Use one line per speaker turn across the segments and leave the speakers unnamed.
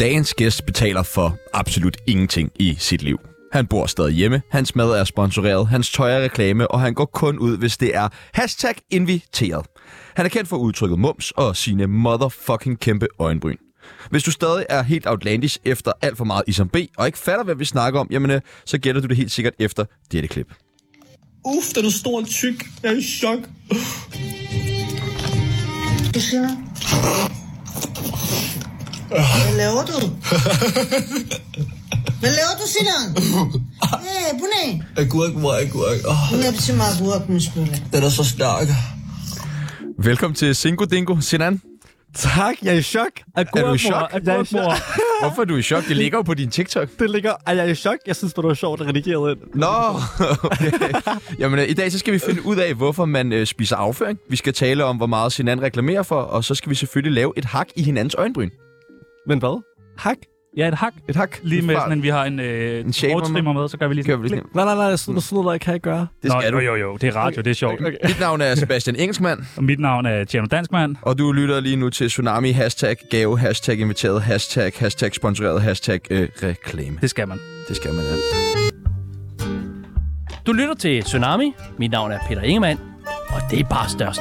Dagens gæst betaler for absolut ingenting i sit liv. Han bor stadig hjemme, hans mad er sponsoreret, hans tøj er reklame, og han går kun ud, hvis det er hashtag inviteret. Han er kendt for udtrykket mums og sine motherfucking kæmpe øjenbryn. Hvis du stadig er helt outlandish efter alt for meget Isam B, og ikke fatter, hvad vi snakker om, jamen, øh, så gætter du det helt sikkert efter dette klip.
Uff, den er stor og tyk. Jeg er i chok.
Du siger, hvad laver du? Hvad laver du, Sinan? Hey, Bune.
Agurk, mor, agurk. Oh,
Nu er det til mig, at bruge min spille.
den er så stærk.
Velkommen til Singo Dingo, Sinan.
Tak, jeg er i chok.
Er du i
Agurkmor,
chok?
Jeg er i chok.
Hvorfor er du i chok? Det ligger jo på din TikTok.
Det ligger... Ej, jeg er i chok. Jeg synes, det var sjovt at redigere ind.
Nå, okay. Jamen, øh, i dag så skal vi finde ud af, hvorfor man øh, spiser afføring. Vi skal tale om, hvor meget Sinan reklamerer for, og så skal vi selvfølgelig lave et hak i hinandens øjenbryn.
Men hvad? Hak?
Ja, et hak.
Et hak.
Lige med
Fra-
sådan, at vi har en, øh, en
shaver med.
trimmer med, så gør vi lige
Gør
sådan.
vi lige sådan her.
Nej, nej, nej. Sådan noget, sådan noget kan jeg ikke gøre.
Det skal
Nå,
du.
Jo, jo, jo. Det er radio, det er sjovt.
Mit navn er Sebastian Engelsmann,
Og mit navn er Tjerno Danskmand.
og du lytter lige nu til Tsunami. Hashtag gave, hashtag inviteret, hashtag, hashtag sponsoreret, hashtag øh, reklame.
Det skal man.
Det skal man have.
Du lytter til Tsunami. Mit navn er Peter Ingemann, og det er bare størst.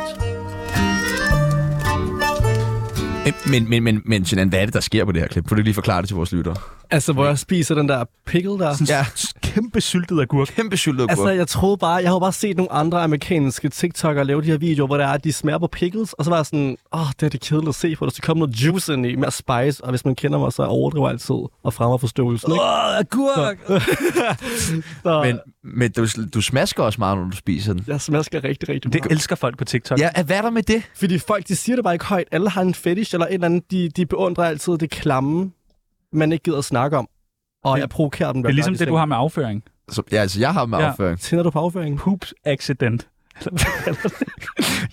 Men, men, men, men Sinan, hvad er det, der sker på det her klip? Får du lige forklare det til vores lyttere?
Altså, hvor jeg spiser den der pickle der.
Ja.
Kæmpe syltet agurk.
Kæmpe syltet
Altså,
agurk.
jeg troede bare, jeg havde bare set nogle andre amerikanske TikTok'ere lave de her videoer, hvor der er, at de smager på pickles, og så var jeg sådan, åh, oh, det er det kedeligt at se på, der skal komme noget juice ind i, mere spice, og hvis man kender mig, så overdriver jeg altid og fremmer forståelsen, ikke?
Åh, agurk!
Så
Men, men du, du smasker også meget, når du spiser den.
jeg smasker rigtig, rigtig
Det
meget.
elsker folk på TikTok.
Ja, hvad er der med det?
Fordi folk, de siger det bare ikke højt. Alle har en fetish eller et eller andet. De, de beundrer altid det klamme, man ikke gider at snakke om. Og jeg provokerer dem.
Det er ligesom det, du har med afføring.
Så, ja, altså, jeg har med
Ja.
afføring.
Tænder du på afføringen?
Poops accident.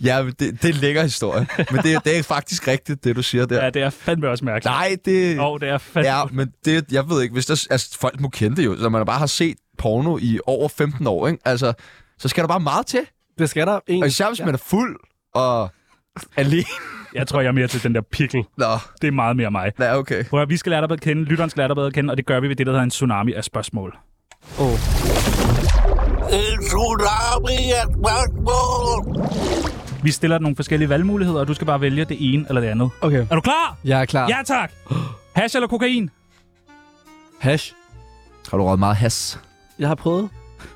Ja, men det, det er en lækker historie. Men det, det er faktisk rigtigt, det du siger der.
Ja, det er fandme også mærkeligt.
Nej, det...
Åh, oh, det er fandme...
Ja, men det, jeg ved ikke, hvis der, altså, folk må kende det jo, så man bare har set porno i over 15 år, ikke? Altså, så skal der bare meget til.
Det skal der. En,
Og især hvis man er fuld og alene.
Jeg tror, jeg er mere til den der pickle.
Nå,
Det er meget mere mig.
nej, okay.
Prøv at, høre, vi skal lære dig bedre at kende, lytteren skal lære dig bedre at kende, og det gør vi ved det, der hedder en tsunami af spørgsmål.
En tsunami er spørgsmål.
Vi stiller dig nogle forskellige valgmuligheder, og du skal bare vælge det ene eller det andet.
Okay,
Er du klar?
jeg er klar.
Ja, tak. Hash eller kokain?
Hash.
Har du røget meget has?
Jeg har prøvet.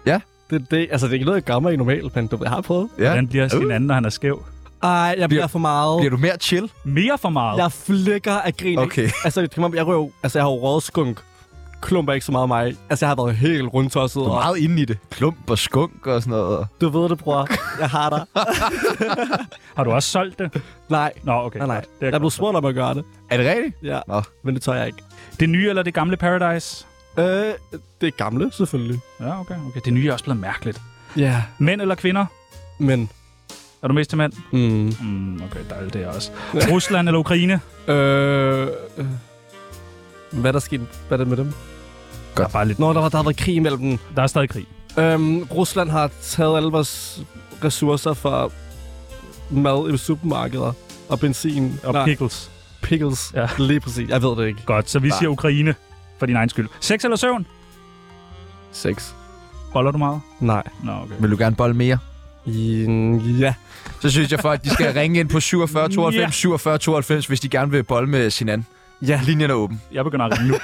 Ja.
Det, det, altså, det er ikke noget, jeg gør mig i normalt, men du, ved, jeg har prøvet.
Ja.
Hvordan bliver sin anden, når han er skæv?
Ej, jeg bliver for meget.
Bliver du mere chill?
Mere for meget.
Jeg flækker af grin. ikke?
Okay.
Altså, det kommer, jeg, røv, altså, jeg har jo røget skunk. Klumper ikke så meget mig. Altså, jeg har været helt rundtosset.
Du er
Og,
meget inde i det. Klump og skunk og sådan noget.
du ved det, bror. Jeg har dig.
Har du også solgt det?
Nej.
Nå, okay.
Nej, nej.
godt.
Jeg
Det er,
blev
godt.
spurgt om at gøre det.
Er det rigtigt?
Ja.
Nå.
Men det tør jeg ikke.
det nye eller det gamle Paradise?
Øh, det er gamle, selvfølgelig.
Ja, okay, okay. Det nye er også blevet mærkeligt.
Ja.
Mænd eller kvinder?
Men,
Er du mest til mænd?
mm,
Mm, okay, dejligt det er også. Rusland eller Ukraine?
øh, øh, hvad er der sket? Hvad er det med dem?
Der er bare lidt...
Nå, der, var, der har været krig imellem dem.
Der er stadig krig.
Øhm, Rusland har taget alle vores ressourcer fra mad i supermarkeder og benzin.
Og
Nej,
pickles.
pickles.
Ja.
Lige præcis. Jeg ved det ikke.
Godt, så vi siger Ukraine. For din egen skyld. Sex eller søvn?
Sex.
Boller du meget?
Nej.
Nå, okay.
Vil du gerne bolle mere?
Mm, ja.
Så synes jeg folk, de skal ringe ind på 47 92
Ja.
47 92, hvis de gerne vil bolle med Sinan.
Ja.
Linjen er åben.
Jeg begynder at ringe nu.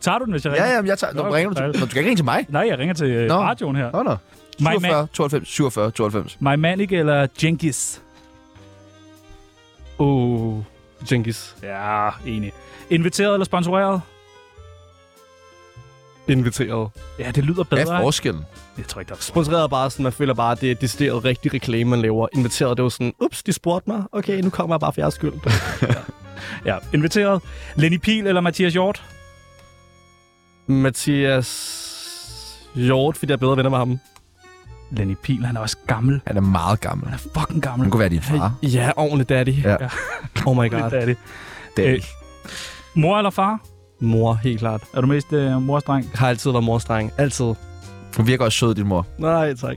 Tager du den, hvis jeg
Ja,
ringer?
ja, men jeg tager... Nå,
Nå,
ringer du til...
dejligt.
Nå, du skal ikke ringe til mig.
Nej, jeg ringer til øh,
Nå.
radioen her.
Nå, nå.
My
47 92, 47 92.
My Manic eller Jenkins?
Uh, Genghis.
Ja, enig. Inviteret eller sponsoreret?
Inviteret.
Ja, det lyder
Hvad
bedre.
er
ikke?
forskellen?
Jeg tror ikke, der er
Sponsoreret er bare sådan, man føler bare, at det er decideret rigtig reklame, man laver. Inviteret, det var sådan, ups, de spurgte mig. Okay, nu kommer jeg bare for jeres skyld.
Ja, inviteret. Lenny Pil eller Mathias Hjort?
Mathias Hjort, fordi jeg er bedre venner med ham.
Lenny Pil, han er også gammel.
Han er meget gammel.
Han er fucking gammel.
Han kunne være din far.
Ja, ordentlig daddy.
Ja.
Ja.
Oh my
Det
god.
er det.
Hey.
Øh. Mor eller far?
Mor, helt klart.
Er du mest øh, mors dreng?
Har altid været morstreng. Altid.
Hun virker også sød, din mor.
Nej, tak.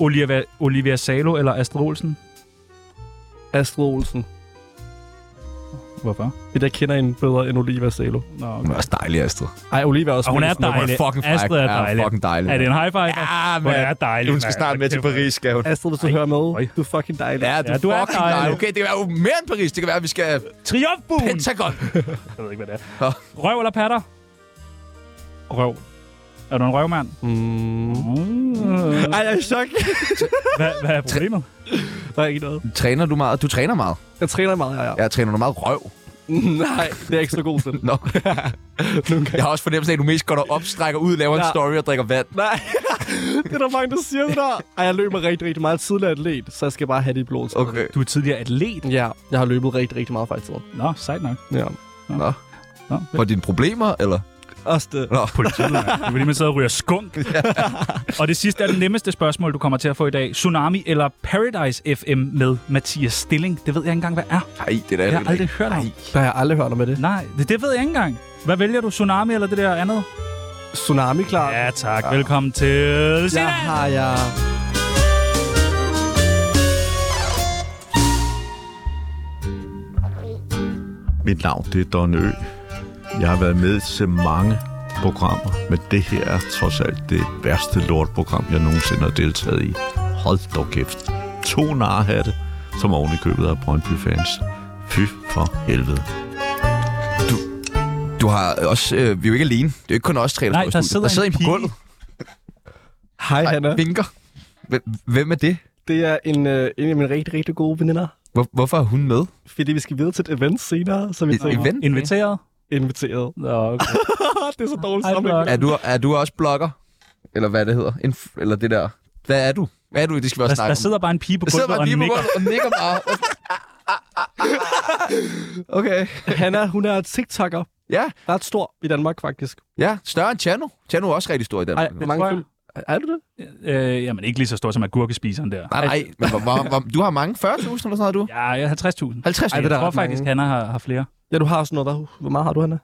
Olivia, Olivia Salo eller Astrid Olsen?
Astrid Olsen.
Hvorfor?
Det der kender en bedre end Oliva Salo.
Nå,
Hun
okay.
er også dejlig, Astrid.
Ej, Oliva er også
Og hun er
mega-
Nå,
dejlig.
Hun er fucking fræk.
Astrid er
Ja, hun
dejlig.
fucking dejlig.
Er det en high five?
Ja,
Hvor
mand.
er dejlig,
Hun skal
mand.
snart med
Hold
til
kæft,
Paris, skal hun.
Astrid, hvis du hører
Øj.
med, du er fucking dejlig.
Ja, du,
Ja,
ja,
du er
fucking
dejlig.
dejlig. Okay, det kan være jo mere end Paris. Det kan være, at vi skal
Triumfbuen!
Pentagon.
Jeg ved ikke, hvad det er.
Nå.
Røv eller patter? Røv. Er du en røvmand?
Mm.
Mm.
Ej, jeg er i chok.
Hvad, hvad er problemet?
Der er ikke noget.
Træner du meget? Du træner meget.
Jeg træner meget, ja, ja.
Jeg træner du meget røv.
Nej, det er jeg ikke så god til.
Nå.
Nogle gange.
Jeg har også fornemmelsen af, at du mest går derop, strækker ud, laver en
Ja.
story og drikker vand.
Nej, det er der mange, der siger det der. Ej, jeg løber rigtig, rigtig meget tidligere atlet, så jeg skal bare have det i blodet.
Okay.
Du er tidligere atlet.
Ja, jeg har løbet rigtig, rigtig meget faktisk.
Nå, sejt nok.
Ja.
Nå.
Nå.
For dine problemer, eller?
Også det.
Nå.
Politiet, mand. Du vil lige med sidde og ryge skunk. og det sidste er det nemmeste spørgsmål, du kommer til at få i dag. Tsunami eller Paradise FM med Mathias Stilling? Det ved jeg ikke engang, hvad er.
Nej, det er da
Jeg har
heller
aldrig
ikke.
hørt om.
Ej.
Der har jeg aldrig hørt om med det.
Nej, det, det ved jeg ikke engang. Hvad vælger du? Tsunami eller det der andet?
Tsunami, klar.
Ja, tak. Velkommen til...
jeg har jeg...
Mit navn det er Don Ø. Jeg har været med til mange programmer, men det her er trods alt det værste lortprogram, jeg nogensinde har deltaget i. Hold dog kæft. To narhatte, som oven i købet af Brøndby-fans. Fy for helvede.
Du har også... Øh, vi er jo ikke alene. Det er jo ikke kun os tre, der,
Nej,
står i
der
studiet. der sidder
sidder
en
en
på
pige.
gulvet.
Hej,
Ej,
Hanna.
vinker. Hvem- Hvem er det?
Det er en, øh, en af mine rigtig, rigtig gode veninder.
Hvor, hvorfor er hun med?
Fordi vi skal videre til et event senere, så vi
Et
er
event?
Inviteret?
inviteret.
Nå, okay.
det er så dårligt
Hej,
sammen.
Blok.
Er du, er du også blogger? Eller hvad det hedder? Inf- eller det der... Hvad er du? Hvad er du? Det skal vi også
Der,
snakke
der
om.
sidder bare en pige på
Der sidder
gulvet
bare
og
lige på
nikker.
gulvet og nikker bare.
Okay. Hanna, hun er TikToker.
Ja,
Ret stor i Danmark, faktisk.
ja. Større end Tjano. Tjano er også rigtig stor i
Ej,
Danmark.
hvor mange
tror jeg.
følger? Er du det?
Øh, jamen, ikke lige så stor som agurkespiseren der.
Nej, nej. Men hvor, hvor, hvor, du har mange 40.000 eller sådan noget, du?
Altså- Ja, jeg er 50.000.
50
Ej,
det er
jeg
der
tror
ret mange.
faktisk, Hanna har, har flere.
Ja, du har sådan noget. Der. Hvor meget har du, Hanna?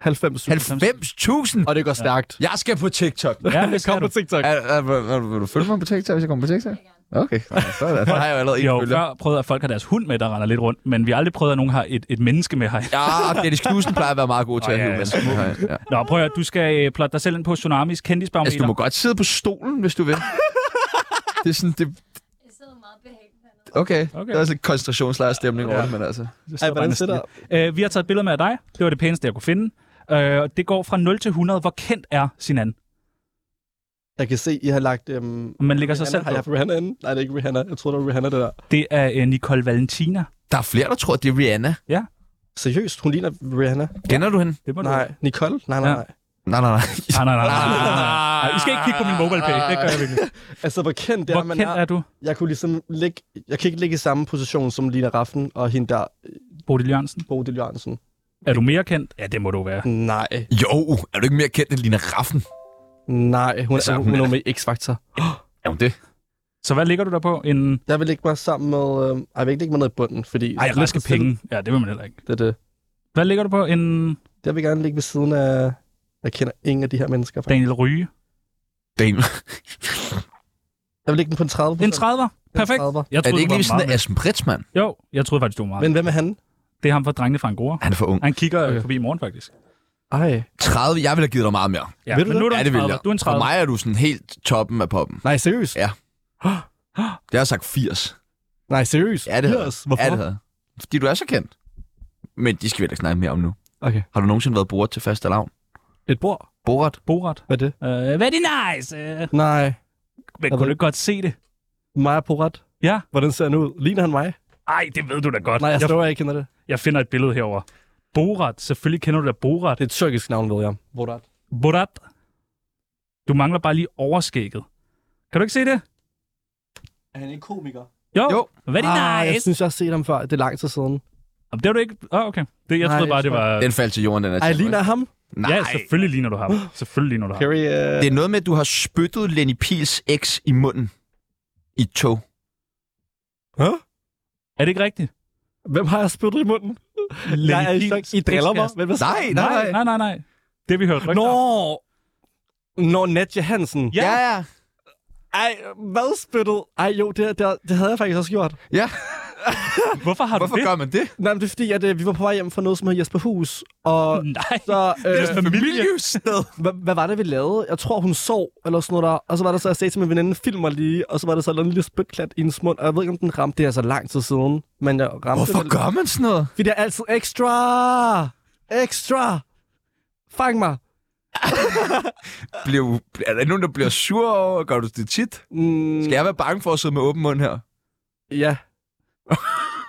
90.
90.000?
Og det går stærkt.
Jeg skal på TikTok.
Ja, det skal
Kom
du.
på TikTok.
Er, er, er, vil du følge mig på TikTok, hvis jeg kommer på TikTok? Okay, sådan. Der har jeg jo allerede en
Jo,
følger.
før prøvede at folk har deres hund med, der render lidt rundt, men vi har aldrig prøvet, at nogen har et, et menneske med her.
Ja, Dennis Knudsen plejer at være meget god til
Åh,
at
ja,
hive
ja,
mennesker. Ja.
Nå, prøv at høre, du skal øh, plotte dig selv ind på Tsunamis kendisbarometer.
Altså, du må godt sidde på stolen, hvis du vil. det er sådan, det...
Jeg sidder meget behageligt hernede.
Okay,
Okay.
okay. der er sådan en koncentrationslejrstemning ja. over det, men altså...
Ej, hvordan sidder
Øh, vi har taget et billede med af dig. Det var det pæneste, jeg kunne finde. Øh, og det går fra 0 til 100. Hvor kendt er Sinan?
Jeg kan se, I har lagt... Øhm,
Man lægger sig selv
Rihanna. Har jeg
på.
Rihanna inde? Nej, det er ikke Rihanna. Jeg tror, det var Rihanna, det der.
Det er øh, Nicole Valentina.
Der er flere, der tror, det er Rihanna.
Seriøst, hun ligner Rihanna.
Kender du hende?
Det må
Nej, Nicole? Nej, nej,
Ja.
nej.
Nej, nej, nej.
Du... Nej, nej, nej, nej, nej, nej. nej. I skal ikke kigge på min mobile pay. Det gør jeg virkelig.
Altså, hvor kendt det er,
Hvor
man
kendt
er.
er du?
Jeg kunne ligesom ligge... Jeg kan ikke ligge i samme position som Lina Raffen og hende der,
Bodil Jørgensen.
Bodil Jørgensen.
Er du mere kendt? Ja, det må du være.
Nej,
Jo, er du ikke mere kendt end Lina Raffen?
nej. Hun,
Altså,
altså, hun,
hun
hun
er-
er med i X-Factor.
Er hun det?
Så hvad ligger du der på? En...
Jeg vil ligge mig sammen med... Øh, ej, jeg vil ikke ligge mig ned i bunden, fordi...
Ej, jeg elsker
resten-
penge. Ja, det vil man heller ikke.
Det er det.
Hvad ligger du på? En
Jeg vil gerne ligge ved siden af... Jeg kender ingen af de her mennesker. Faktisk.
Daniel Ryge?
Damn.
Jeg vil ligge den på en 30
En 30'er? Perfekt.
En 30'er.
Jeg
Er
troede,
det
du
ikke
var
lige sådan,
meget
at Aspen Britsmann?
med. Jo, jeg troede faktisk, du var meget.
Men hvem er han?
med. Det er ham fra Drengene fra Angora.
Han er for ung.
Han kigger okay.
Okay.
forbi i morgen, faktisk.
30, jeg ville have givet dig meget mere.
Ja,
Ved du
men
det?
nu er du
ja,
en
det vil
30.
jeg.
Du er en 30.
For mig er du sådan helt toppen af poppen.
Nej, seriøst?
Ja. Jeg har sagt 80.
Nej, seriøst?
Ja, det havde jeg.
Yes, Hvorfor?
Ja, det havde jeg. Fordi du er så kendt. Men de skal vi da ikke snakke mere om nu.
Okay.
Har du nogensinde været bruger til faste lavn?
Et bord?
Borat?
Borat.
Hvad er det?
Uh, very nice. Uh,
Nej.
men
ved
kunne du
ikke.
ikke godt se det?
Maja Porat?
Ja.
Hvordan ser han ud? Ligner han mig?
Ej, det ved du da godt.
Nej, jeg
jeg,
står jeg ikke kender det.
jeg finder et billede herover. Borat. Selvfølgelig kender du da Borat.
Det er et tyrkisk navn, ved jeg. Borat.
Borat. Du mangler bare lige overskægget. Kan du ikke se det?
Er han ikke komiker?
Jo.
Jo.
Very
Ah, jeg
nice.
synes, jeg har set ham før. Det er lang tid siden.
Jamen, Det var du ikke... Åh, oh, okay. Det, jeg
Nej,
troede bare,
jeg
det
tror-
var...
Den faldt til jorden, den er
Ej,
til.
ligner ham?
Nej.
Ja, selvfølgelig ligner du ham. Selvfølgelig ligner du ham.
Harry, øh...
Det er noget med, at du har spyttet Lenny Pils eks i munden i et tog.
Er det ikke rigtigt?
Hvem har jeg spyttet i munden? jeg er i chok.
Pihl's
I driller mig.
ekskæreste.
Men hvad så?
Nej, nej,
Nej, nej, nej, nej. Det vi hørte.
Nå! Nå, Nadja Hansen.
Ja.
Ja, ja.
Ej, hvad spyttet? Ej, jo, det, her- det, her- det havde jeg faktisk også gjort.
Ja,
Hvorfor har
hvorfor
du det?
gør man det?
Nej, men det er fordi, at øh, vi var på vej hjem fra noget, som hedder Jesper Hus. Og
Nej.
så, øh,
Familiested.
hvad, hvad var det, vi lavede? Jeg tror, hun sov, eller sådan noget der. Og så var der så, jeg sagde til min veninde, film mig lige. Og så var der så en lille spytklat i hendes mund. Og jeg ved ikke, om den ramte det her så lang tid siden. Men jeg ramte
Hvorfor
det.
gør man sådan noget?
Fordi det er altid ekstra! Ekstra! Fang mig!
Bliver, du- er der nogen, der bliver sur over? Gør du det tit?
Mm,
Skal jeg være bange for at sidde med åben mund her?
Ja.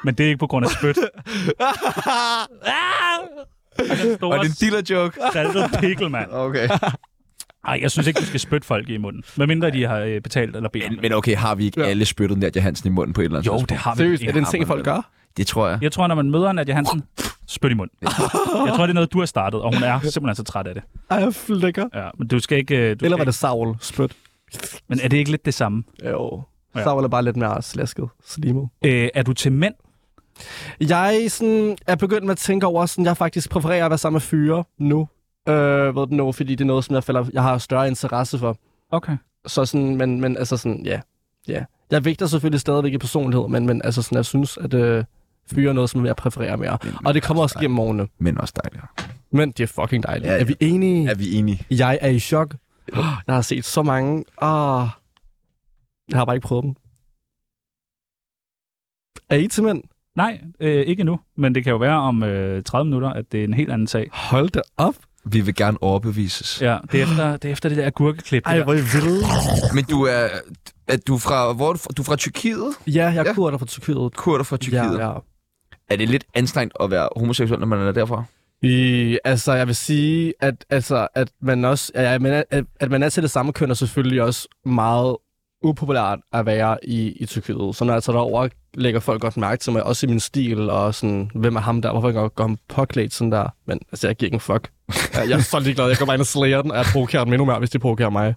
Men det er ikke på grund af spyt. Ah! Altså,
Og det er en dealer joke.
saltet pikkel, mand.
Okay.
Ej, jeg synes ikke, du skal spytte folk i munden. Medmindre de har øh, betalt eller bedt. om
Men,
det.
men okay, har vi ikke ja. alle spyttet Nadia Hansen i munden på et eller andet
Jo,
tidspunkt?
det har vi.
Seriøst, er det en
har
ting,
man
folk
vel.
gør?
Det tror jeg.
Jeg tror, når man møder Nadia Hansen, spyt i munden. Jeg tror, det er noget, du har startet, og hun er simpelthen så træt af det.
Ej, jeg flækker.
Ja, men du skal ikke... øh, Du
Eller var
skal
det savl? Spyt.
ikke. Men er det ikke lidt det samme?
Jo.
Ja.
Ja. Savl er bare lidt mere slasket. Slimet.
Øh, er du til mænd?
Jeg sådan, er begyndt med at tænke over, sådan, jeg faktisk præfererer at være sammen med fyre nu. Øh, ved du nu, fordi det er noget, som jeg, falder, jeg har større interesse for.
Okay.
Så sådan, men, men altså sådan, ja. ja. Jeg vægter selvfølgelig stadigvæk i personlighed, men, men altså sådan, jeg synes, at øh, fyre er noget, som jeg præfererer mere. Og det kommer også gennem årene.
Men også dejligere.
Men det er fucking dejligt.
Ja,
Ja,
ja.
ja. Er vi enige?
Er vi enige?
Jeg er i chok. Jeg har set så mange. Ah. Jeg har bare ikke prøvet dem. Er I til mænd?
Nej, øh, ikke endnu. Men det kan jo være om øh, 30 minutter, at det er en helt anden sag.
Hold da op.
Vi vil gerne overbevises. Ja.
Ja, det er efter det, er efter det der agurkeklip. det der.
I vilde.
Men du er... Er du fra, hvor er du, fra? du er fra Tyrkiet?
Ja, jeg
Ja.
ja. kurder fra Tyrkiet.
Kurder fra Tyrkiet. Ja, ja.
Ja, ja.
Er det lidt anstrengt at være homoseksuel, når man er derfra?
I, altså, jeg vil sige, at, altså, at man også, ja, at, man, at, at man er til det samme køn, er selvfølgelig også meget upopulært at være i, i Tyrkiet. Så når jeg tager derover, lægger folk godt mærke til mig, også i min stil, og sådan, hvem er ham der, hvorfor går går ham påklædt sådan der. Men altså, jeg giver ikke en fuck. Jeg, jeg er så ligeglad, jeg går bare ind og slayer den, og jeg provokerer dem endnu mere, hvis de provokerer mig.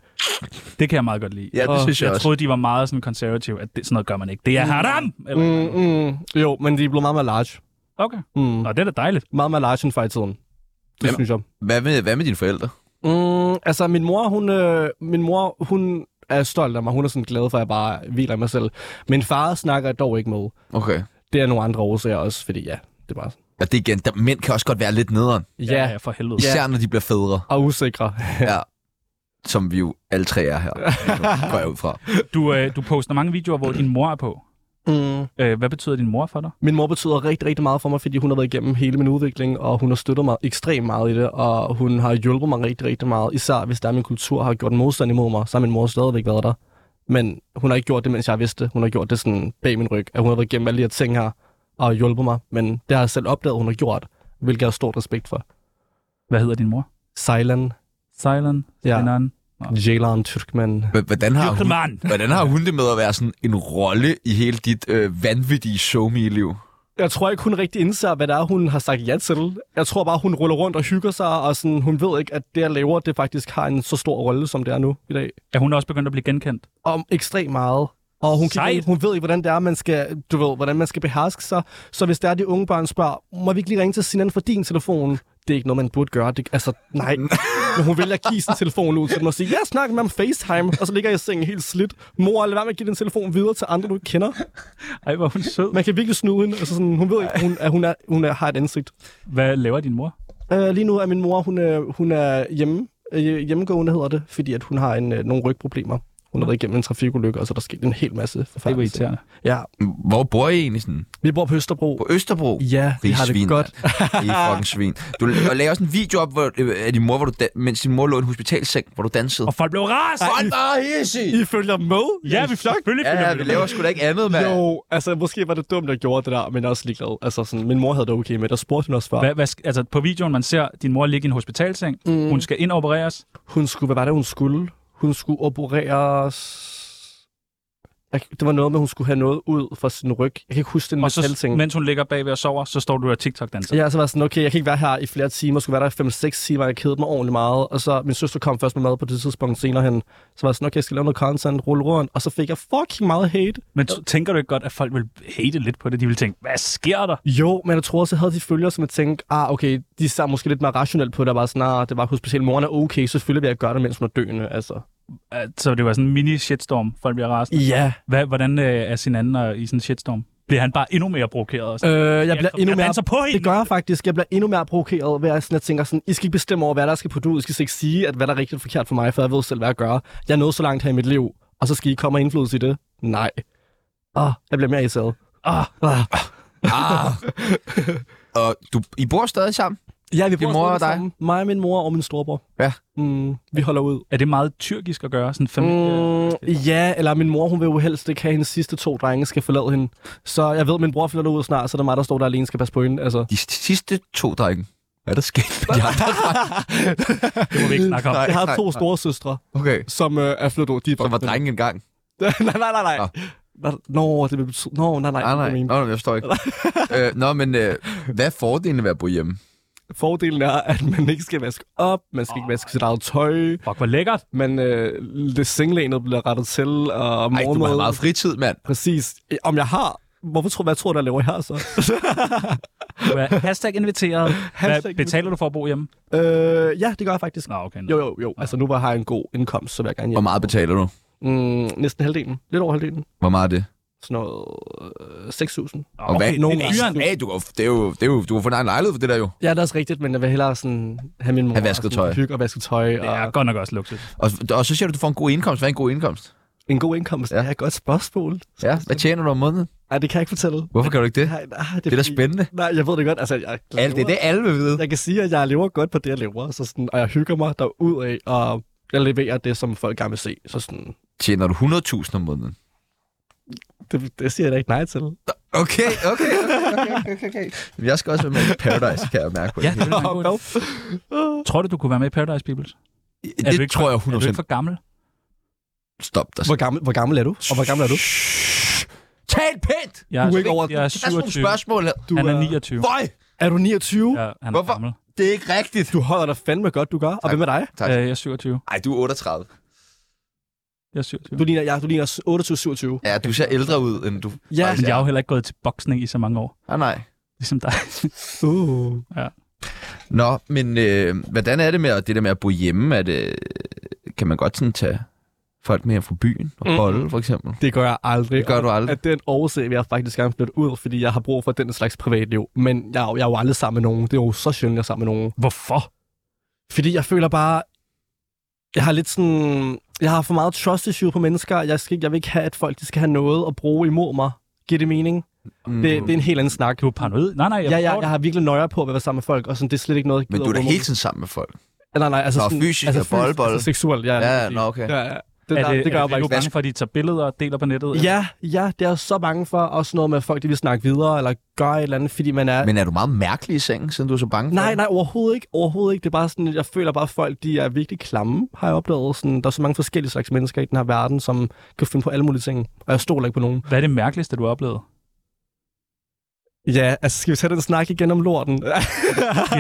Det kan jeg meget godt lide.
Ja, det
Og
synes jeg
jeg
også.
troede, de var meget sådan konservative, at det, sådan noget gør man ikke. Det er haram! Eller,
Mm, mm, jo, men de er blevet meget mere large.
Okay.
Mm,
Nå, det er da dejligt.
meget mere large end før i tiden. Det
Jamen.
synes jeg.
Hvad med, hvad med dine forældre?
Mm, altså, min mor, hun, øh, min mor, hun er stolt af mig. Hun er sådan glad for, at jeg bare hviler i mig selv. Min far snakker jeg dog ikke med.
Okay.
Det er nogle andre årsager også, fordi ja, det er bare...
Og det er igen, der, mænd kan også godt være lidt nederen.
Ja,
ja
ja.
for helvede.
Især når de bliver fædre,
og usikre.
som vi jo alle tre er her. Går jeg ud fra.
Du, øh, du poster mange videoer, hvor din mor er på.
Mm.
Øh, hvad betyder din mor for dig?
Min mor betyder rigtig, rigtig meget for mig, fordi hun har været igennem hele min udvikling, og hun har støttet mig ekstremt meget i det, og hun har hjulpet mig rigtig, rigtig meget. Især hvis der er min kultur har gjort modstand imod mig, så har min mor stadigvæk været der. Men hun har ikke gjort det, mens jeg vidste. Hun har gjort det sådan bag min ryg, at hun har været igennem alle de her ting her, og hjulpet mig. Men det har jeg selv opdaget, hun har gjort, hvilket jeg har stor respekt for.
Hvad hedder din mor?
Sejlan,
Ceylan?
Ja.
Sinan?
Jalan, Tyrkman.
H- Hvordan har, hun,
Dyrkman!
hvordan har hun det med at være sådan en rolle i hele dit øh, vanvittige show me liv
Jeg tror ikke, hun rigtig indser, hvad det er, hun har sagt ja til. Jeg tror bare, hun ruller rundt og hygger sig, og sådan, hun ved ikke, at det, jeg laver, det faktisk har en så stor rolle, som det er nu i dag.
Er hun også begyndt at blive genkendt?
om ekstremt meget. Og hun, kan,
Sejt.
ikke- hun ved ikke, hvordan det er, man skal, du ved, hvordan man skal beherske sig. Så hvis der er de unge børn spørger, må vi ikke lige ringe til Sinan for din telefon? Det er ikke noget, man burde gøre. Det, altså, nej. Men hun vælger at give sin telefon ud til dem og sige, jeg snakker med om FaceTime, og så ligger jeg i sengen helt slidt. Mor, lad være med at give din telefon videre til andre, du ikke kender.
Ej, hvor er hun sød.
Man kan virkelig snude hende. Altså, sådan, hun ved ikke, hun, at hun, er, hun er, har et ansigt.
Hvad laver din mor?
Øh, lige nu er min mor, hun, øh, hun er hjemme, øh, hjemmegående, hedder det, fordi at hun har en, øh, nogle rygproblemer. Hun har været igennem en trafikulykke, og så er der sket en hel masse
Det var
forfærdelige ting.
irriterende.
Ja,
Hvor bor I egentlig sådan?
vi bor på Østerbro.
På Østerbro?
Ja, vi har det
Rigsvin,
godt.
mand. I er fucking svin. Du la- lagde også en video op hvor, øh, af din mor, hvor du dan- mens din mor lå i en hospitalseng, hvor du dansede.
Og folk blev rast!
I følger med?
Ja, vi selvfølgelig
Ja,
følger
ja,
med.
vi laver sgu da ikke andet, mand.
Jo, altså måske var det dumt, at jeg gjorde det der, men jeg er også ligeglad. Altså sådan, min mor havde det okay med, der spurgte hun også før.
Hvad, hvad, sk- altså, på videoen, man ser din mor ligge i en hospitalseng. Mm. Hun skal indopereres.
Hun skulle, hvad var det, hun skulle? Hun skulle opereres... Jeg, det var noget med, at hun skulle have noget ud fra sin ryg. Jeg kan ikke huske den
Og så,
metalting.
mens hun ligger bagved og sover, så står du og TikTok-danser.
Ja, så var jeg sådan, okay, jeg kan ikke være her i flere timer. Jeg skulle være der i 5-6 timer, jeg kedede mig ordentligt meget. Og så min søster kom først med mad på det tidspunkt senere hen. Så var jeg sådan, okay, jeg skal lave noget content, rulle rundt. Og så fik jeg fucking meget hate.
Men t- tænker du ikke godt, at folk vil hate lidt på det? De vil tænke, hvad sker der?
Jo, men jeg tror også, jeg havde de følgere, som jeg tænkte, ah, okay, de ser måske lidt mere rationelt på det, og bare sådan, ah, det var hospital, moren er okay, selvfølgelig vil jeg gøre det, mens hun er døende, altså.
at- så det var sådan en mini shitstorm, folk bliver rasende.
Ja.
Hvad, hvordan øh, er sin anden øh, i sådan en shitstorm? Bliver han bare endnu mere provokeret? Og sådan?
Øh, jeg bliver
jeg
endnu mere...
danser på hende!
det gør jeg faktisk. Jeg bliver endnu mere provokeret ved, at jeg sådan, jeg tænker sådan, I skal ikke bestemme over, hvad der skal på ud. I skal ikke sige, at hvad der er rigtigt og forkert for mig, for jeg ved selv, hvad jeg gør. Jeg er nået så langt her i mit liv, og så skal I komme og indflydelse i det. Nej. Åh, jeg bliver mere irriteret. Ah, ah.
Ah. og du, I bor stadig sammen?
Ja, vi bor
Din mor
stadig
og dig?
sammen. Mig, min mor og min storebror.
Ja.
Mm, vi holder ud.
Er det meget tyrkisk at gøre? Sådan familie? Mm.
Mm, ja, eller min mor, hun vil jo helst ikke have, at hendes sidste to drenge skal forlade hende. Så jeg ved, at min bror flytter ud snart, så det er mig, der står der alene skal passe på hende. Altså,
De s- sidste to drenge. Hvad er der sket med de andre?
Det må vi ikke snakke om.
Nej.
jeg har to store søstre,
Okay.
som øh, er flyttet ud. De er
Så var
voksne.
drengen engang.
nej, nej, nej, nej.
Nå.
Nå, Nå det vil betyde... Nå, nej, nej.
Nej, nej.
det mener.
Nå, nej, jeg forstår ikke. øh, nå, men øh, hvad er fordelen ved at bo hjemme?
Fordelen er, at man ikke skal vaske op, man skal ikke vaske sit eget tøj,
Fuck, hvor lækkert.
man, øh, det senglænet bliver rettet til, og
Ej, du har
morgenmad-
meget fritid, mand.
Præcis. Øh, Om jeg har... Hvorfor tror, hvad tror du, jeg laver her så?
Du er hashtag inviteret. Hvad,
Hashtag
betaler du for at bo hjemme?
øh, ja, det gør jeg faktisk.
Nå, okay. Nå.
Jo, jo, jo. Altså, nu hvor jeg har en god indkomst, så vil jeg gerne
Hvor
hjem.
meget betaler du?
Mm, næsten halvdelen. Lidt over halvdelen.
Hvor meget er det?
Sådan noget... Øh, 6.000.
Og hvad?
nogen
det,
gange.
er, hey, du, kan- det er jo, det er jo, du har fundet en lejlighed for det der jo.
Ja, det er også rigtigt, men jeg vil hellere sådan have min mor...
Have vasket
og sådan
tøj.
Hygge og vaske tøj.
Det
og...
er godt nok også luksus.
Og, og så siger du, du får en god indkomst. Hvad er en god indkomst?
En god indkomst?
Ja.
Ja. Det er et godt spørgsmål.
Ja, hvad tjener du om måneden?
Nej, det kan jeg ikke fortælle.
Hvorfor gør du ikke det?
Nej, nej, det, er
Det er da
fordi-
spændende.
Nej, jeg ved det godt. Altså, jeg, lever,
Alt det, er det alle vil vide.
Jeg kan sige, at jeg lever godt på det, jeg lever. Så sådan, og jeg hygger mig derudad, og jeg leverer det, som folk gerne vil se. Så sådan,
Tjener du 100.000 om måneden?
det, det siger jeg da ikke nej til.
Okay, okay, okay, okay, okay, okay. Jeg skal også være med i Paradise, kan jeg mærke på.
Ja,
det.
det ville være en god idé. Tror du, du kunne være med i Paradise Peoples?
det,
Er du
det
ikke
tror jeg
Er du
100%
ikke for gammel?
Stop dig.
Hvor gammel, hvor gammel er du? Og hvor gammel er du?
Tal pænt!
Jeg
Du er ikke over-
jeg er
Der er sådan
27.
nogle spørgsmål her.
Du
Han er
er-
29.
Føj!
Er du 29? Ja.
Ja, han er
Hvorfor?
gammel.
Det er ikke rigtigt.
Du holder dig fandme godt, du gør. Og
Tak.
hvad med dig?
Tak.
Øh, jeg er 27.
Ej, du er 38.
Jeg er 27.
Du ligner, ja, du ligner 28-27.
Ja, du ser ældre ud, end du...
Ja.
Men jeg har jo heller ikke gået til boksning i så mange år.
Ah, nej.
Ligesom dig.
Uh.
Nå, men øh, hvordan er det med at- det der med at bo hjemme? Er det, kan man godt sådan tage folk med hjem fra byen og
Mm.
bolle, for eksempel?
Det gør jeg aldrig.
Det gør du aldrig.
At den overse vil jeg faktisk gerne flytte ud, fordi jeg har brug for den slags privatliv. Men jeg, er jo- jeg er jo aldrig sammen med nogen. Det er jo så sjældent, jeg er sammen med nogen.
Hvorfor?
Fordi jeg føler bare, jeg har lidt sådan, jeg har for meget trust issue på mennesker. Jeg, skal, ikke- jeg vil ikke have, at folk de skal have noget at bruge imod mig. Giver det mening?
Mm.
Det, det er en helt anden snak.
Du er paranoid? Nej, nej, jeg
Ja, jeg,
forstår
jeg har virkelig nøje på at være sammen med folk, og sådan, det er slet ikke noget, jeg
Men
gider
du er da
at bruge
hele tiden sammen med folk.
imod. Nej, nej, altså
Nå,
sådan,
fysisk
altså,
og bold, bold.
Altså seksuelt, ja.
Ja,
lige
nå, okay.
præcis. Ja, ja.
det.
Det,
Er
der,
det,
det gør
er
jeg
det,
bare
fordi
ikke.
du er bange for, at de tager billeder og deler på nettet?
Ja, ja, det er jeg så bange for. Også noget med folk, de vil snakke videre, eller gøre et eller andet, fordi man er... Men...
Men er du meget mærkelig i sengen, siden du er så bange for
Nej,
det?
nej, overhovedet ikke. Overhovedet ikke. Det er bare sådan, jeg føler bare, at folk de er virkelig klamme, har jeg opdaget. Sådan, der er så mange forskellige slags mennesker i den her verden, som kan finde på alle mulige ting. Og jeg stoler ikke på nogen.
Hvad er det mærkeligste, du har oplevet?
Ja, altså skal vi tage den snak igen om lorten?
Vi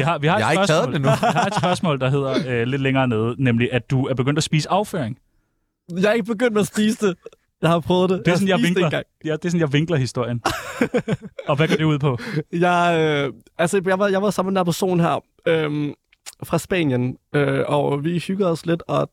har, vi har
Jeg har
et
ikke taget
spørgsmål,
det endnu.
Vi har et spørgsmål, der hedder øh, lidt længere nede, nemlig at du er begyndt at spise afføring.
jeg er ikke begyndt at spise det. Jeg har prøvet det.
Det er, sådan, jeg
har spist det
vinkler,
engang.
ja, det er sådan, jeg vinkler historien. og hvad går det ud på?
Jeg, øh, altså, jeg, var, jeg var sammen med den her person her øh, fra Spanien, øh, og vi hyggede os lidt, og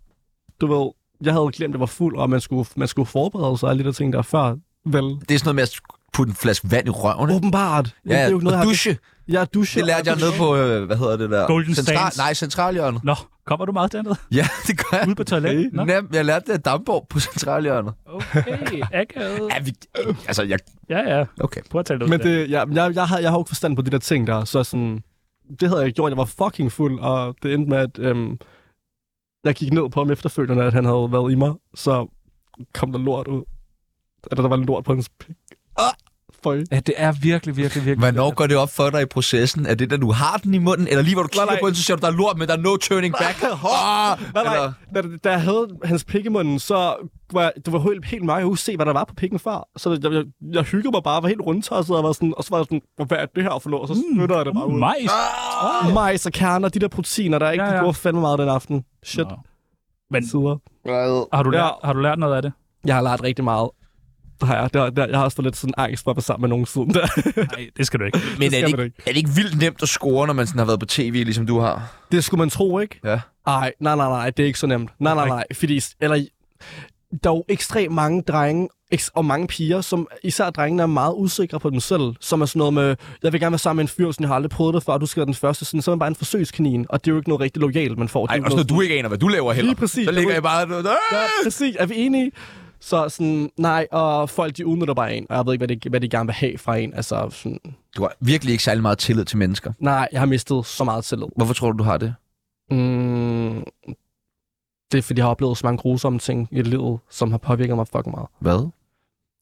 du ved, jeg havde glemt, at jeg var fuld, og man skulle, man skulle forberede sig og alle de der ting der før. Vel,
Det er sådan noget med at putte en flaske vand i røven. ikke?
åbenbart.
Ja,
det er jo ikke noget,
og
jeg har-
dusche.
Jeg duscher.
Det lærte jeg nede på, øh, hvad hedder det der?
Golden
Central,
Sands.
nej, centralhjørnet.
Nå, kommer du meget dernede?
Ja, det gør jeg.
Ude på toilettet? Nå,
Nem, jeg lærte det af Damborg på centralhjørnet.
okay, akavet.
Ja, vi, øh, altså, jeg,
Ja, ja,
okay.
prøv at tale det ud.
Men det, ja, jeg, jeg, har, jeg har jo ikke forstand på de der ting der, så sådan, det havde jeg ikke gjort. Jeg var fucking fuld, og det endte med, at øhm, jeg gik ned på ham efterfølgende, at han havde været i mig, så kom der lort ud. Eller der var lort på hans pik. Ah, føj.
Ja, det er virkelig, virkelig, virkelig.
Hvornår går det op for dig i processen? Er det, da du har den i munden, eller lige hvor du kigger
nej.
på den, så siger du, der er lort, men der er no turning back? Ah,
Nej, nej.
eller-
Da, da jeg havde hans pik i munden, så var jeg- det var helt, helt meget, jeg kunne se, hvad der var på pikken før. Så jeg, jeg, jeg hyggede mig bare, var helt rundtosset, og, var sådan, og så var jeg sådan, hvad er det her for lort? Og så snytter jeg det bare ud.
Majs.
Ah, Majs og kerner, de der proteiner, der ikke
Ja,
ja, ja.
ja.
gjorde fandme meget den aften. Shit.
Nå. Men
Sider.
har du,
Ja.
lært, har du lært noget af det?
Jeg har lært rigtig meget. Det har jeg. Det har, det har, jeg har også fået lidt sådan angst for at være sammen med nogen siden. Der.
Nej, det skal du ikke.
Men er
skal
det,
man
ikke, er det ikke vildt nemt at score, når man sådan har været på tv, ligesom du har?
Det skulle man tro, ikke?
Ja.
Ej, nej, nej, nej, det er ikke så nemt. Nej, nej, nej, fordi... Eller, der er jo ekstremt mange drenge eks- og mange piger, som især drengene er meget usikre på dem selv, som er sådan noget med, jeg vil gerne være sammen med en fyr, sådan jeg har aldrig prøvet det før, og du skal være den første, sådan, så er man bare en forsøgskanin, og det er jo ikke noget rigtig lojalt, man får. Det er
Ej,
jo
også
noget-
når du ikke aner, hvad du laver heller.
Lige præcis.
Så ligger
Du-
jeg bare...
Ja,
Øh!
præcis. Er vi enige? Så sådan, nej, og folk de udnytter bare en, og jeg ved ikke, hvad de, hvad de gerne vil have fra en. Altså, sådan,
Du har virkelig ikke særlig meget tillid til mennesker.
nej, jeg har mistet så meget tillid.
Hvorfor tror du, du har det?
Mm, det er, fordi jeg har oplevet så mange grusomme ting i livet, som har påvirket mig fucking meget.
Hvad?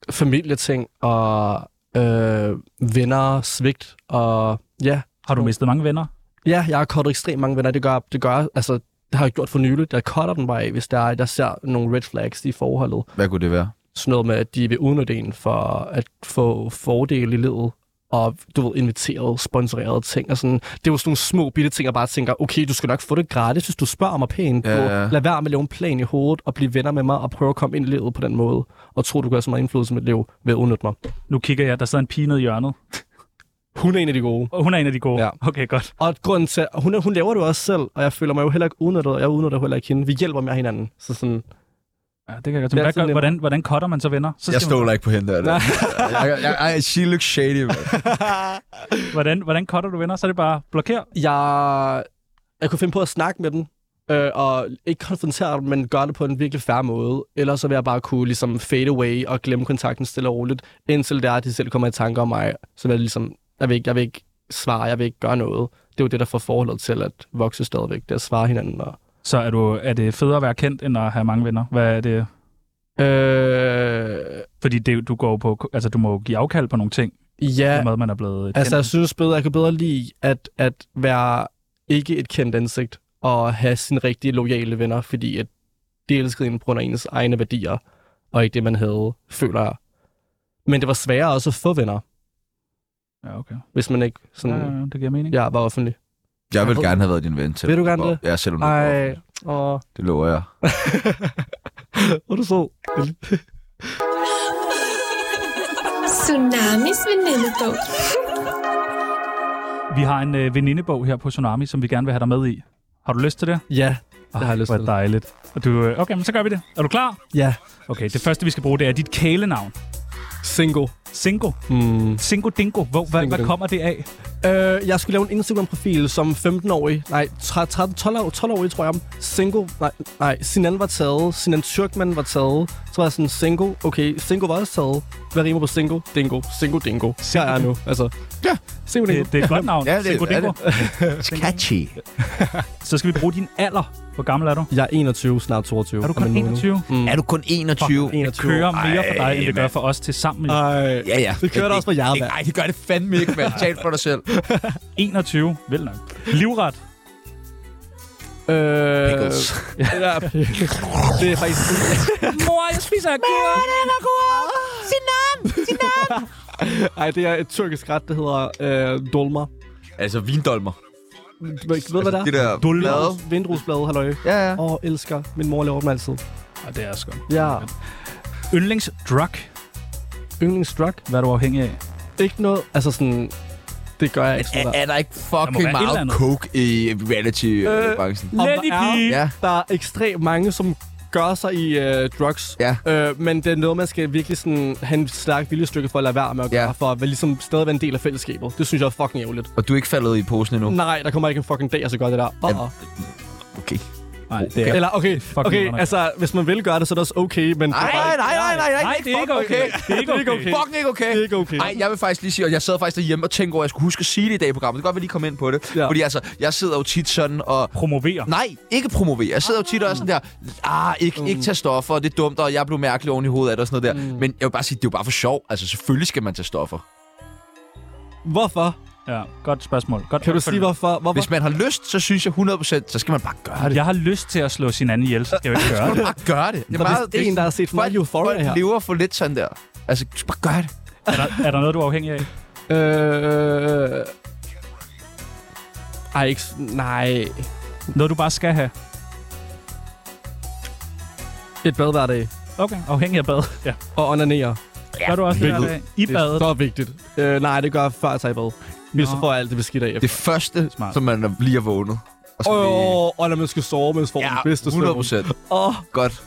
Familieting og øh, venner, svigt og ja,
Har du mistet mange venner?
Ja, jeg har kottet ekstremt mange venner. Det gør, det gør altså, det har jeg gjort for nylig. Jeg cutter dem bare af, hvis der er, jeg ser nogle red flags i forholdet.
Hvad kunne det være?
Sådan noget med, at de vil udnytte en for at få fordele i livet og du ved, inviteret, sponsoreret ting og sådan. Det er jo sådan nogle små bitte ting, og bare tænker, okay, du skal nok få det gratis, hvis du spørger mig pænt.
Ja,
Du-
ja.
Lad være med at lave en plan i hovedet og blive venner med mig og prøve at komme ind i livet på den måde. Og tro, du kan have så meget indflydelse med liv ved at udnytte mig.
Nu kigger jeg, der sidder en pige nede i hjørnet.
Hun er en af de gode.
Og hun er en af de gode.
Ja.
Okay, godt.
Og grunden til, og hun, hun laver det jo også selv, og jeg føler mig jo heller ikke udnyttet, og jeg udnytter heller ikke hende. Vi hjælper med hinanden. Så sådan,
Ja, det kan jeg godt
Det er
tænke. Hvad
altid
gør,
nemmere.
hvordan, hvordan cutter man så venner? Så
Jeg
skal
stoler ikke på hende der.
Nej.
jeg, jeg, jeg, she looks shady, man.
man, hvordan, hvordan cutter du venner? Så er det bare blokér.
jeg, jeg kunne finde på at snakke med dem, øh, og ikke konfrontere dem, men gøre det på en virkelig færre måde. Ellers så vil jeg bare kunne ligesom fade away og glemme kontakten stille og roligt, indtil det er, at de selv kommer i tanker om mig. Så vil jeg ligesom, jeg vil ikke, jeg vil ikke svare, jeg vil ikke gøre noget. Det er jo det, der får forholdet til at vokse stadigvæk, det er at svare hinanden. Og,
Så er, du, er det federe at være kendt, end at have mange venner? Hvad er det?
øh,
Fordi det, du, går jo på, altså, du må jo give afkald på nogle ting,
ja,
ja. med, man er blevet
Altså, jeg
kendt.
synes bedre, jeg kan bedre lide at, at være ikke et kendt ansigt og have sine rigtige lojale venner, fordi at det elskede en på grund af ens egne værdier, og ikke det, man havde, føler jeg. Men det var sværere også at få venner,
Ja, okay.
hvis man ikke
Ja,
sådan,
ja, det giver mening.
ja, var offentlig.
Jeg vil gerne have været din ven til.
Vil du gerne det?
Ja, selvom du
Ej, åh,
Det lover jeg.
hvor er du så.
Tsunamis venindebog.
Vi har en øh, venindebog her på Tsunami, som vi gerne vil have dig med i. Har du lyst til det?
Ja, det har jeg lyst
hvor
til.
dejligt. Og du, øh, okay, men så gør vi det. Er du klar?
Ja,
Okay, det første, vi skal bruge, det er dit kælenavn.
single.
Singo.
Mm.
Singo Dingo. Hvor, hvad,
Singo
hvad
Dingo.
kommer det af?
Øh, jeg skulle lave en Instagram-profil som 15-årig. Nej, 13, 12-årig, 12-årig tror jeg. Singo, nej, nej, Sinan var taget. Sinan Tyrkman var taget. Så var jeg sådan, Singo, okay, Singo var også taget. Hvad rimer på Singo? Dingo. Singo, dingo. Her er jeg nu, altså. Ja, Singo, dingo.
Det, det er et godt navn.
Ja, det
Singo
er
Dingo.
Catchy.
Så skal vi bruge din alder. Hvor gammel er du?
Jeg er 21, snart 22.
Er du
om en
kun
måned.
21?
Er du kun 21?
Det kører mere for dig, end
Ej,
det gør for os til sammen.
Ej,
Ja, ja.
Det kører da også for jer, mand.
Nej, det gør det fandme ikke, mand. Tal for dig selv.
21. Vel nok. Livret.
Øh,
Pickles.
ja, det er faktisk...
Mor, jeg spiser agurk.
Ej, det er et tyrkisk ret, der hedder øh, dolma.
Altså, vindolmer.
Du ved, ved hvad det er?
Det der blade.
Vindrugsblade, halløj.
Ja, ja.
Åh, oh, elsker. Min mor laver dem altid.
Ja, det er også godt.
Ja.
Yndlingsdrug.
Yndlingsdrug?
Hvad er du afhængig af?
Ikke noget. Altså sådan, det gør jeg ikke.
Er,
sådan der.
er der ikke
Der må
fucking
være et
meget
eller andet. Øh.
coke i reality-branchen?
Og
Lenny
der er-
Pige.
Ja.
Der er ekstremt mange, som gør sig i øh, drugs.
Ja.
Øh, men det er noget, man skal virkelig sådan, have en stærk viljestykke for at lade være med at
Ja.
gøre, for at være- ligesom stadig være en del af fællesskabet. Det synes jeg er fucking ærgerligt.
Og du er ikke faldet i posen endnu?
Nej, der kommer ikke en fucking dag, og så gør det der. Uh-uh.
Okay.
Nej, det er...
Eller okay,
fucking
okay
underligt.
altså, hvis man vil gøre det, så er det også okay, men...
Nej, nej, nej, nej, nej, nej,
Nej, det er ikke okay. Det er ikke okay.
Fucking ikke okay.
Det er ikke okay.
Nej, jeg vil faktisk lige sige, at jeg sad faktisk derhjemme og tænkte over, at jeg skulle huske at sige det i dag i programmet. Det kan godt, at vi lige kom ind på det.
Ja.
Fordi altså, jeg sidder jo tit sådan og...
Promovere.
Nej, ikke promovere. Jeg sidder jo tit og er sådan der, ah, ikke,
Mm.
ikke tage stoffer, og det er dumt, og jeg blev mærkelig oven i hovedet af det og sådan noget der. Men jeg vil bare sige, det er jo bare for sjov. Altså, selvfølgelig skal man tage stoffer.
Hvorfor?
Ja, godt spørgsmål. Godt
Kan du sige, hvorfor? hvorfor?
Hvis man har lyst, så synes jeg 100%, så skal man bare gøre det.
Jeg har lyst til at slå sin anden ihjel, så skal jeg jo ikke gøre det.
Bare gøre det. Det
Der er vist en, der har set for meget
folk,
Euphoria
folk
her.
lever for lidt sådan der. Altså, bare gør det.
Er der, er der noget, du er afhængig af?
Øh... Ej, ikke... s- Nej...
Noget, du bare skal have?
Et bad hver dag.
Okay, afhængig af bad. Ja.
Og onanere.
Gør du også det hver
Hvilket-
dag? I badet?
Det er så vigtigt. Øh, nej, det gør jeg før jeg tager i bad. Hvis så får jeg alt det beskidt af.
Det første,
Smart.
Smart. som man er- lige er vågnet. Og så lige-
Åh, og når man skal sove, mens får ja, den
Ja,
bedste
100
søvn.
procent.
Åh,
Godt.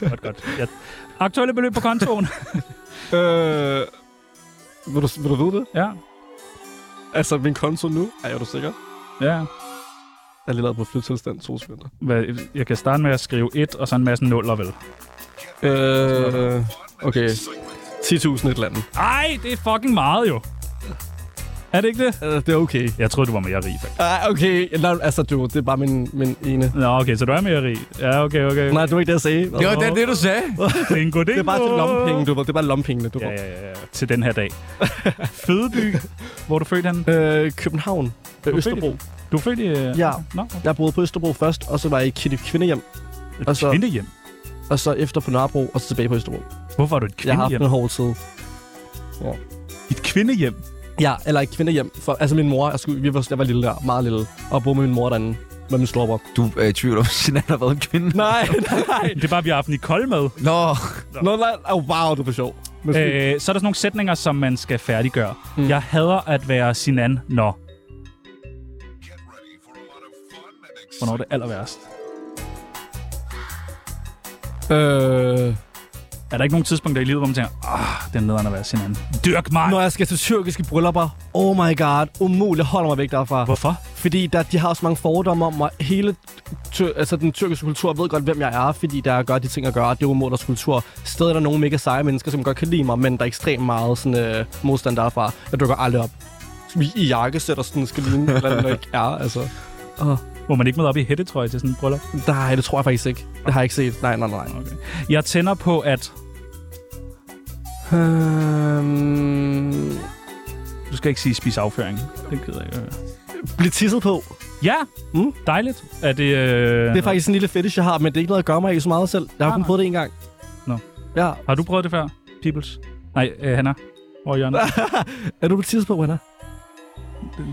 Godt, godt. Ja. Aktuelle beløb på kontoen.
øh, vil, du, vil du vide det?
ja,
Altså, min konto nu? Ej, er du sikker?
ja.
Jeg er lige lavet på flytilstand to sekunder.
Hvad, jeg kan starte med at skrive et, og så en masse nuller, vel?
Øh, okay. 10.000 et eller andet.
Ej, det er fucking meget, jo. Er det ikke det?
Øh, det er okay.
Jeg troede, du var mere rig, faktisk.
Ah, okay. Nej, altså, du, det er bare min, min ene.
Nå, okay, så du er mere rig. Ja, okay, okay.
Nej, det var ikke det, jeg sagde.
Det var det, det, du sagde.
Bingo,
Det er bare til lommepenge, du ved. Det er bare lommepengene, du
Ja,
ved.
ja, ja, ja. Til den her dag. Fødeby. Hvor er du født henne?
Øh, København. Øh,
født i-
Østerbro.
Du er født i... øh,
Ja.
Nå, okay.
Jeg boede på Østerbro først, og så var jeg i Kitty Kvindehjem,
et
Og så-
kvindehjem.
og så efter på Nørrebro, og så tilbage på Østerbro.
Hvorfor er du et
Jeg har haft
kvindehjem?
en hård tid.
Et kvindehjem?
Ja, eller et kvindehjem. For, altså min mor, jeg, skulle, vi var, jeg var lille der, meget lille, og boede med min mor derinde med min storebror.
Du er i tvivl om, at Sinan har været en kvinde.
Nej, nej.
Det er bare, vi har haft Nicole med.
Nå,
Nå, nej. Oh, wow, du er for sjov. Måske. Øh,
Øh, så er der sådan nogle sætninger, som man skal færdiggøre.
Mm.
Mm. Jeg hader at være Sinan, når... Hvornår er det aller værst?
øh,
Er der ikke nogen tidspunkter i livet, hvor man tænker, ah, den nederen at være Sinan. Dyrk mig!
når jeg skal til tyrkiske bryllupper, oh my god, umuligt, jeg holder mig væk derfra.
Hvorfor?
Fordi der, de har også mange fordomme om mig. Hele ty- altså, den tyrkiske kultur ved godt, hvem jeg er, fordi der gør de ting, jeg gør. og Det er jo mod deres kultur. Stedet er der nogle mega seje mennesker, som godt kan lide mig, men der er ekstremt meget sådan, øh, modstand derfra. Jeg dukker aldrig op. I, i jakkesæt og sådan skal ligne, eller når jeg ikke er. Altså.
Må man ikke møde op i hættetrøje til sådan en bryllup?
Nej, det tror jeg faktisk ikke. Det har jeg ikke set. Nej, nej, nej.
Okay. Jeg tænder på, at
Øhm,
Du skal ikke sige spise afføring. Det gider jeg ikke. at høre.
bliv tisset på.
Ja,
Mm.
mm. dejligt. Er det... Øh...
Det er faktisk en lille fetish, jeg har, men det er ikke noget, jeg gør mig i så meget selv. Jeg har
Nej,
kun
nej.
prøvet det en gang.
Nå.
Ja.
Har du prøvet det før, Peoples? Nej, øh, Hanna. Hvor er hjørnet?
Er du blevet tisset på, Anna?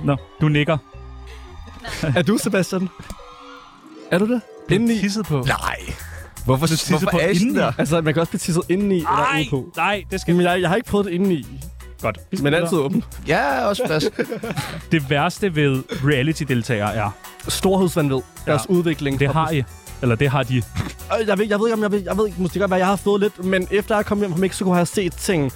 Nå, du nikker.
Er du, Sebastian? Er du det? Indeni.
Tisset på.
nej. Hvorfor, hvorfor
på
er I sådan
indeni?
der?
Altså, man kan også blive tisset indeni eller
Nej,
udenpå.
nej, det skal
Men jeg, jeg har ikke prøvet det indeni,
Godt. Vi skal
men
videre.
altid åben.
Ja, også frisk.
Det værste ved reality-deltagere er,
Storhedsvandvid. Deres udvikling.
det
fra-
har I. Eller det har de.
Øh, Jeg ved, jeg ved ikke, om jeg ved, jeg ved ikke, måske godt være, jeg har fået lidt, men efter jeg kom hjem fra Mexico, har jeg set ting,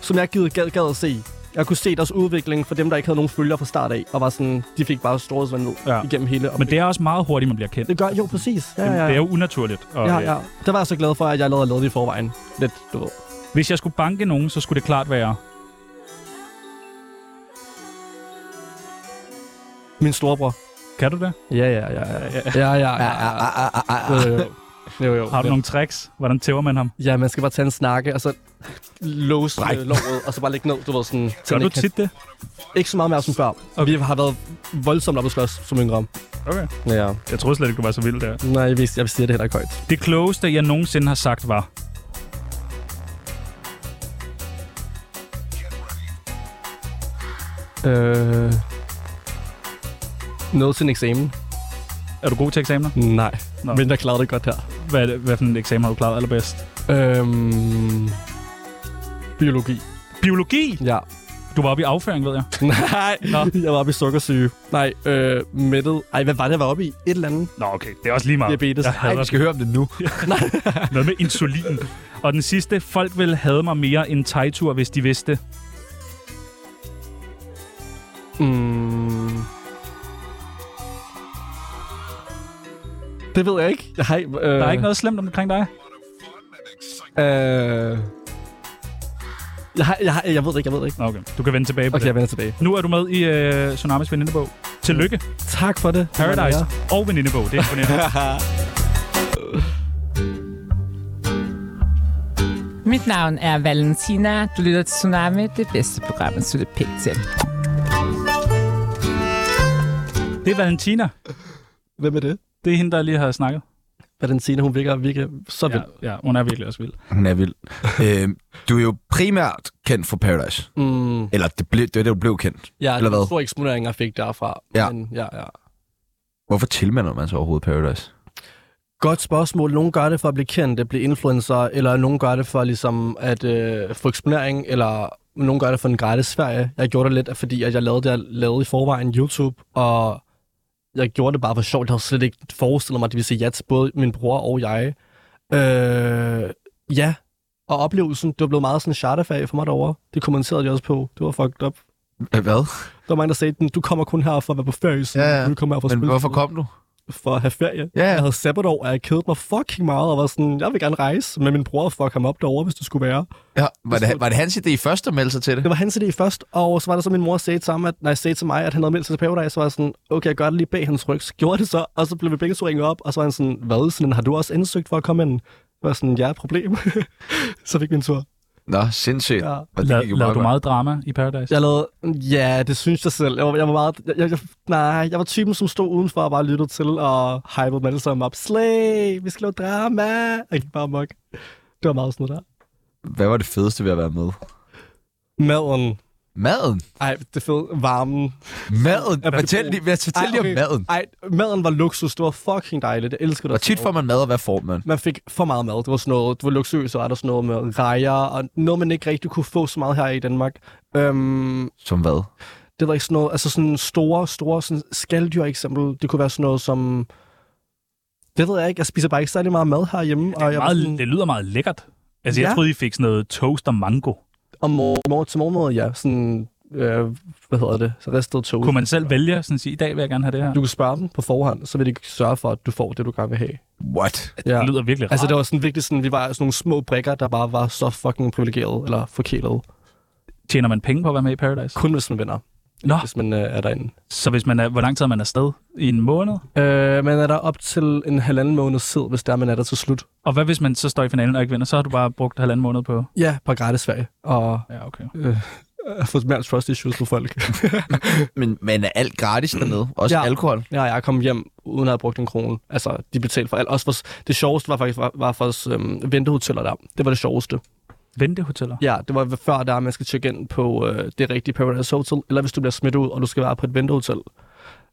som jeg givet gad, gad at se. Jeg kunne se deres udvikling for dem, der ikke havde nogen følger fra start af, og var sådan, de fik bare storhedsvandvid ja.
Ja.
igennem hele.
Men det er også meget hurtigt, man bliver kendt.
det gør, jo, præcis. Ja, ja,
Det er
ja.
jo unaturligt. Og,
Ja,
øh,
ja. Der var jeg så glad for, at jeg allerede lavede det i forvejen. Lidt, du ved.
Hvis jeg skulle banke nogen, så skulle det klart være...
Min storebror.
Kan du det?
Ja, ja, ja, ja, ja, ja, ja, ja. Jo, jo, jo. jo, jo.
Har du nogle tricks? Hvordan tæver man ham?
Ja, man skal bare tage en snakke, og så låse
Bræk.
øh, låret, og så bare lægge ned, du ved, sådan...
Gør
så
du
ikke,
tit det?
ikke så meget mere som før. Okay. Vi har været voldsomt op at slås som yngre.
Okay.
Ja.
Jeg troede slet ikke, du var så vild der.
Nej, jeg, vidste, jeg siger det heller ikke højt.
Det klogeste, jeg nogensinde har sagt, var...
Øh... Noget til en eksamen?
Er du god til eksamener?
Nej.
Nå.
Men der klarede det godt her.
Hvad, er det- hvad for en eksamen har du klaret allerbedst?
Øhm... Biologi.
Biologi!
Ja.
Du var oppe i afføring, ved jeg.
Nej,
Nå.
jeg var oppe i sukkersyge. Nej, øh, mættet. Ej, hvad var det, jeg var oppe i? Et eller andet.
Nå, okay. Det er også lige meget.
Diabetes.
Jeg
Ej,
hader
vi skal høre om det nu.
noget med insulin. Og den sidste. Folk ville have mig mere end tegtur, hvis de vidste.
Mm. Det ved jeg ikke. Jeg har, ikke- øh,
Der er ikke noget slemt omkring dig.
Øh, jeg, har, jeg, har, jeg ved det ikke, jeg ved det ikke.
Nå, okay. Du kan vende tilbage på
Okay, jeg
det.
vender tilbage.
Nu er du med i øh, Tsunamis venindebog. Tillykke.
Tak for det.
Paradise og venindebog. Det er imponerende.
Mit navn er Valentina. Du lytter til Tsunami, det bedste program, at slutte pænt til.
det er Valentina.
Hvem er det?
Det er hende, der lige har snakket.
Valentina, hun virker, virker så
Ja,
vild.
ja, hun er virkelig også vild.
Hun er vild. Øh, du er jo primært kendt for Paradise.
Ja, mm,
Eller det, blev, det var det, du blev kendt.
ja det
Eller
var
hvad?
en stor eksponering, jeg fik derfra.
Ja.
Men, ja, ja.
Hvorfor tilmelder man sig overhovedet Paradise?
Godt spørgsmål. Nogle gør det for at blive kendt, at blive influencer, eller nogen gør det for ligesom at øh, få eksponering, eller Nogle gør det for den gratis Sverige. Jeg gjorde det lidt, fordi at jeg lavede det, jeg lavede i forvejen YouTube, og jeg gjorde det bare for sjovt. Jeg havde slet ikke forestillet mig, at de ville sige ja til både min bror og jeg. Øh, ja, og oplevelsen, det var blevet meget sådan en charterferie for mig derovre. Det kommenterede de også på. Det var fucked up.
Hvad?
Der var mange, der sagde, du kommer kun her for at være på ferie, så
Ja, ja.
du kommer her for at
Men
spille
hvorfor kom du?
for at have ferie.
Ja, ja.
Jeg havde sabbatår, og jeg kedede mig fucking meget, og var sådan, jeg vil gerne rejse, men min bror fuck ham op derovre, hvis det skulle være.
Ja, var, det, var det hans idé først at melde sig til det?
Det var hans idé først, og så var der så min mor sagde til, ham, at, nej, sagde til mig, at han havde meldt sig til Paradise, så var jeg sådan, okay, jeg gør det lige bag hans ryg. Så gjorde jeg det så, og så blev vi begge to ringet op, og så var han sådan, hvad, sådan, har du også ansøgt for at komme ind? Jeg var sådan, ja, problem. så fik min tur.
Nå, sindssygt.
Ja.
Og det gik jo
La- lavede
meget
du
godt.
meget drama i Paradise?
Jeg lavede, ja, det synes jeg selv. Jeg var, jeg var meget, jeg, jeg, nej, jeg var typen, som stod udenfor og bare lyttede til og hypede dem alle sammen op. Slay, vi skal lave drama. Jeg gik bare mok. Det var meget sådan noget der.
Hvad var det fedeste ved at være med?
Maden.
Maden?
Ej, det fede. Varmen.
Maden?
Ja,
Fortæl
det-
lige, hvad- fortæl lige om maden.
Ej, maden var luksus. Det var fucking dejligt. Jeg elsker det.
Hvor tit får man mad, og hvad får man?
Man fik for meget mad. Det var sådan noget, det var luksuriøse retter, sådan noget med rejer, og noget, man ikke rigtig kunne få så meget her i Danmark. Øhm,
Som hvad?
det var ikke sådan noget, altså sådan store, store sådan skaldyr eksempel, det kunne være sådan noget som, det ved jeg ikke, jeg spiser bare ikke særlig meget mad herhjemme, og jeg var
meget,
sådan,
Det lyder meget lækkert. Altså, ja.
Ja.
jeg troede, I fik sådan noget toast og mango.
om mor, mor, til morgenmad, ja, sådan, øh, hvad hedder det, så ristet tog.
Kunne man selv vælge sådan at sige, i dag vil jeg gerne have det her?
Du kan spørge dem på forhånd, så vil de sørge for, at du får det, du gerne vil have.
What?
Ja.
Det lyder virkelig rart.
Altså, det var sådan virkelig sådan, vi var sådan nogle små brikker, der bare var så fucking privilegerede, eller forkælede.
Tjener man penge på at være med i Paradise?
Kun hvis man vinder,
Nå,
hvis man øh, er derinde.
så hvis man er, hvor lang tid er man afsted? I en måned?
Øh, man er der op til en halvanden måned tid, hvis der man er der til slut.
Og hvad hvis man så står i finalen og ikke vinder? Så har du bare brugt halvanden måned på...
Ja, på gratis Sverige. Og
Ja, okay.
har fået mere trust issues på folk.
Men, men er alt gratis dernede? Også ja.
Ja.
alkohol?
ja, jeg kom hjem uden at have brugt en krone. Altså, de betalte for alt. Også for, det sjoveste var faktisk var, var for os, øhm, ventehoteller der. Det var det sjoveste.
Ventehoteller?
Ja, det var før der, man skal tjekke ind på øh, det rigtige Paradise Hotel, eller hvis du bliver smidt ud, og du skal være på et ventehotel.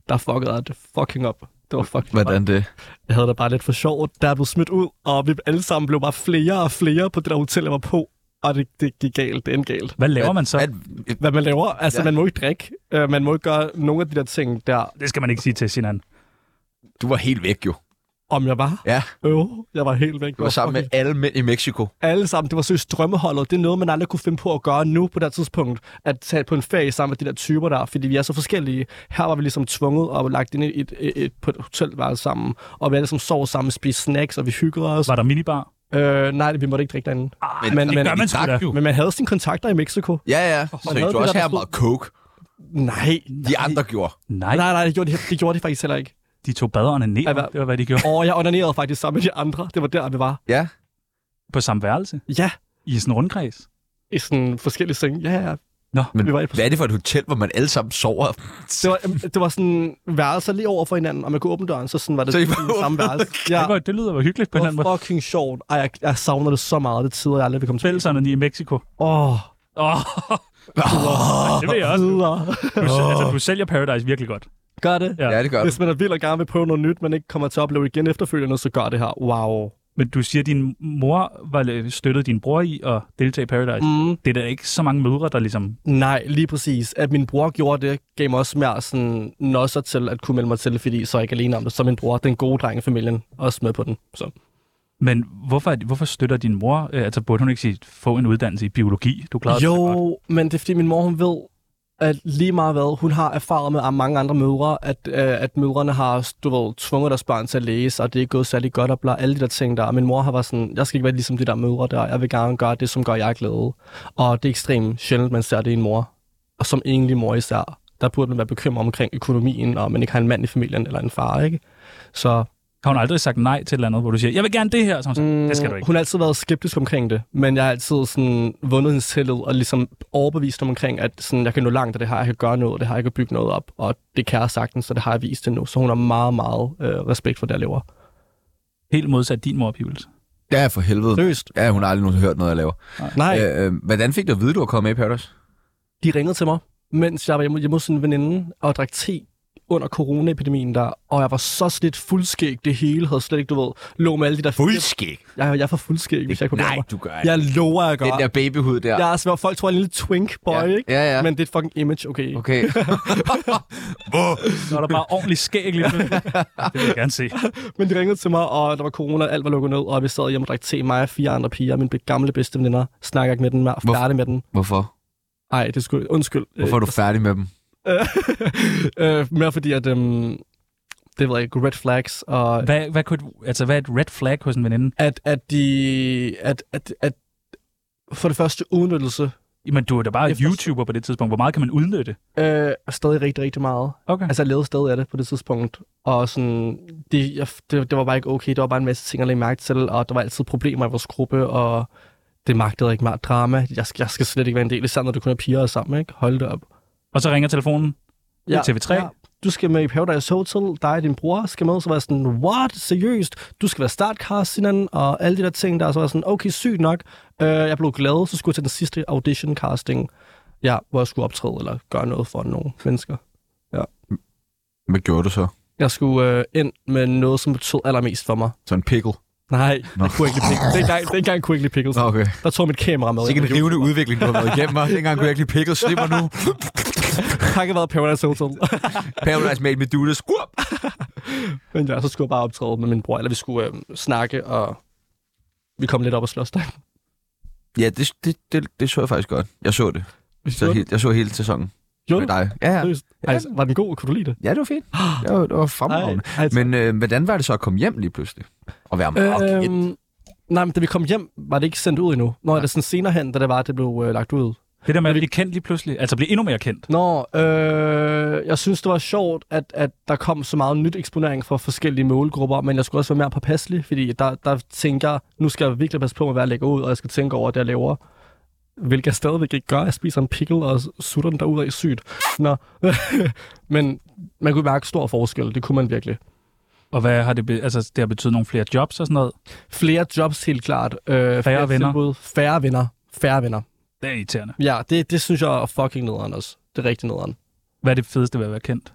Der fuckede jeg det fucking op. Det var fucking
Hvordan det?
Jeg havde det bare lidt for sjovt. Der er blevet smidt ud, og vi alle sammen blev bare flere og flere på det der hotel, jeg var på. Og det, det gik galt. Det endte galt.
Hvad laver man så?
At,
Hvad man laver? Altså,
Ja.
ja. man må ikke drikke. Øh, man må ikke gøre nogen af de der ting der,
Det skal man ikke sige til sin anden.
du var helt væk jo.
om jeg var.
Ja,
Jo, jeg var helt væk.
du var sammen med alle mænd i Mexico.
alle sammen. Det var seriøst drømmeholdet. Det er noget, man aldrig kunne finde på at gøre nu på det her tidspunkt. At tage på en ferie sammen med de der typer der, fordi vi er så forskellige. Her var vi ligesom tvunget og lagt ind i et, et, et, på et hotelværelse sammen. Og vi alle sammen sov sammen, spiste snacks, og vi hyggede os.
Var der minibar?
Øh, nej, vi måtte ikke drikke derinde.
Ah,
Men- men-
det gør
I
man sgu
drak
da.
jo.
Men man havde sine kontakter i Mexico.
Ja, ja. Så
havde
du
det
også
der
her
stod-
meget coke.
Nej.
De andre gjorde.
Nej,
Nej, nej, det gjorde de, det gjorde de faktisk heller ikke.
de tog baderne ned.
Ej, hvad-
Det var, hvad de gjorde.
Og jeg onanerede faktisk sammen med de andre. Det var der, vi var.
Ja.
På samme værelse.
Ja,
I sådan en rundkreds.
i sådan forskellige senge. Ja, ja.
Nå,
Men
Vi var i et
hvad er det for et hotel, hvor man alle sammen sover?
Det var, øhm, det var sådan værelser lige over for hinanden, og man kunne åbne døren, så sådan var det
Så I
så
var
var samme
åbnet?
værelse. Ja,
det, var, det lyder jo hyggeligt på en eller
det
anden måde.
var fucking sjovt. Ej, jeg, jeg savner det så meget. Det tider jeg aldrig vil komme til.
Fælleserne i Mexico.
Åh,
Åh, det ved jeg også.
videre.
Du, altså, du sælger Paradise virkelig godt.
Gør det.
Ja.
Ja, det gør du.
Hvis man er vild og gerne vil prøve noget nyt, man ikke kommer til at opleve igen efterfølgende, så gør det her. Wow.
Men du siger, at din mor var støttede din bror i at deltage i Paradise. Mm.
Mm.
Det er da ikke så mange mødre, der ligesom...
Nej, lige præcis. At min bror gjorde det, gav mig også mere sådan nosser til at kunne melde mig til, fordi så er jeg ikke alene om det. Så er min bror, den gode dreng i familien, også med på den. Så.
Men hvorfor, er det- hvorfor støtter din mor? Øh, altså, burde hun ikke sige, få en uddannelse i biologi? Du klarede det så godt.
Jo, men det er fordi min mor, hun ved, at lige meget hvad, hun har erfaret med mange andre mødre, at, øh, at mødrene har, du ved, tvunget deres børn til at læse, og det er ikke gået særlig godt, og bla, alle de der ting der. Og Min mor har været sådan, jeg skal ikke være ligesom de der mødre der, jeg vil gerne gøre det, som gør jeg glæde. Og det er ekstremt sjældent, man ser det i en mor, og som egentlig mor især. Der burde man være bekymret omkring økonomien, og man ikke har en mand i familien eller en far, ikke? Så
Har hun aldrig sagt nej til et eller andet, hvor du siger, jeg vil gerne det her? Så hun sagde, det skal du
Mm,
ikke.
Hun har altid været skeptisk omkring det, men jeg har altid sådan vundet hendes tillid og ligesom overbevist ham omkring, at sådan, jeg kan nå langt af det her, jeg kan gøre noget, af det her, jeg kan bygge noget op, og det kan jeg sagtens, så det har jeg vist det nu. Så hun har meget, meget øh, respekt for det, jeg lever.
Helt modsat din mor, Pibels.
Ja, for helvede.
Seriøst?
Ja, hun har aldrig nogensinde hørt noget, jeg laver.
Nej, øh.
Øh, øh, hvordan fik du at vide, du var kommet med i Paradise?
de ringede til mig, mens jeg var hjemme, hjemme hos en veninde og drak te under coronaepidemien der, og jeg var så slidt fuldskæg. Det hele havde slet ikke, du ved, lå med alle de der...
Fuldskæg.
Jeg, jeg er for fuldskæg, hvis jeg ikke
Nej,
mig.
du gør
Jeg lover, jeg gør.
Den der babyhud der.
Jeg er svært, folk tror, jeg er en lille twink boy,
Ja.
ikke?
Ja, ja.
Men det er et fucking image, okay. okay.
Okay. Hvor?
Så er der bare ordentligt skæg lige pludselig. Det vil jeg gerne se.
Men de ringede til mig, og der var corona, alt var lukket ned, og vi sad hjemme og drak te, mig og fire andre piger, mine gamle bedste veninder, snakker ikke med den mere,
Hvorfor?
færdig med den.
Hvorfor?
Ej, det skulle, undskyld.
Hvorfor er du færdig med dem?
Øh, mere fordi, at øhm, det var ikke red flags, og
Hvad, hvad, kunne, et- altså, hvad er et red flag hos en veninde?
at, at de... At, at, at for det første udnyttelse
Jamen, du er da bare
Efter-
YouTuber på det tidspunkt. Hvor meget kan man udnytte?
øh, er stadig rigtig, rigtig meget.
Okay.
Altså, jeg levede stadig af det på det tidspunkt. Og sådan, det, jeg, det, det var bare ikke okay. Der var bare en masse ting, jeg lagde mærke til, og der var altid problemer i vores gruppe, og det magtede jeg ikke meget drama. Jeg, skal- jeg skal slet ikke være en del, især når du kun er piger og er sammen, ikke? Hold det op.
Og så ringer telefonen. Det er TV3.
Du skal med i Paradise Hotel, dig og din bror skal med, så var jeg sådan, what, seriøst? Du skal være startcast hinanden, og alle de der ting der, så var jeg sådan, okay, sygt nok. Øh, jeg blev glad, så skulle jeg til den sidste audition casting, ja, hvor jeg skulle optræde eller gøre noget for nogle mennesker.
Hvad gjorde du så?
Jeg skulle øh, ind med noget, som betød allermest for mig.
Så en pickle.
Nej, Nå. jeg kunne ikke lide pickles. Dengang, dengang kunne jeg ikke lide pickles.
Nå, okay.
Der tog mit kamera med.
Det er ikke en rivende udvikling, du har været igennem. Og dengang kunne jeg ikke lide pickles. Det var nu.
Tak har været Paradise Hotel.
Paradise Made Medulas. Uop!
Men ja, så skulle jeg bare optræde med min bror, eller vi skulle øh, snakke, og vi kom lidt op og slås der.
Ja, det, det, det, det, så jeg faktisk godt. Jeg så det. Så
Gjorde
helt, jeg så hele sæsonen
Jo,
med dig. Ja, ja.
seriøst. Ej, var den god? Kunne du lide det?
ja det var fint. Det var, det var fremragende. Men øh, hvordan var det så at komme hjem lige pludselig? Og være meget øh,
øhm, nej, men da vi kom hjem, var det ikke sendt ud endnu. Nå, det er sådan senere hen, da det var, at det blev øh, lagt ud.
Det der med at blive kendt lige pludselig. Altså blive endnu mere kendt.
Nå, øh, jeg synes, det var sjovt, at, at der kom så meget nyt eksponering fra forskellige målgrupper, men jeg skulle også være mere påpasselig, fordi der, der tænker jeg, nu skal jeg virkelig passe på med, hvad jeg lægger ud, og jeg skal tænke over, det jeg laver. Hvilket jeg stadigvæk ikke gør. Jeg spiser en pickle og sutter den derudad sygt. Nå. men man kunne mærke stor forskel. Det kunne man virkelig.
Og hvad har det, be- altså, det har betydet nogle flere jobs og sådan noget?
Flere jobs, helt klart. Øh, færre,
venner.
Færre venner. Færre venner.
Det er irriterende.
Ja, det, det synes jeg er fucking nederen også. Det er rigtig nederen.
Hvad er det fedeste ved at være kendt?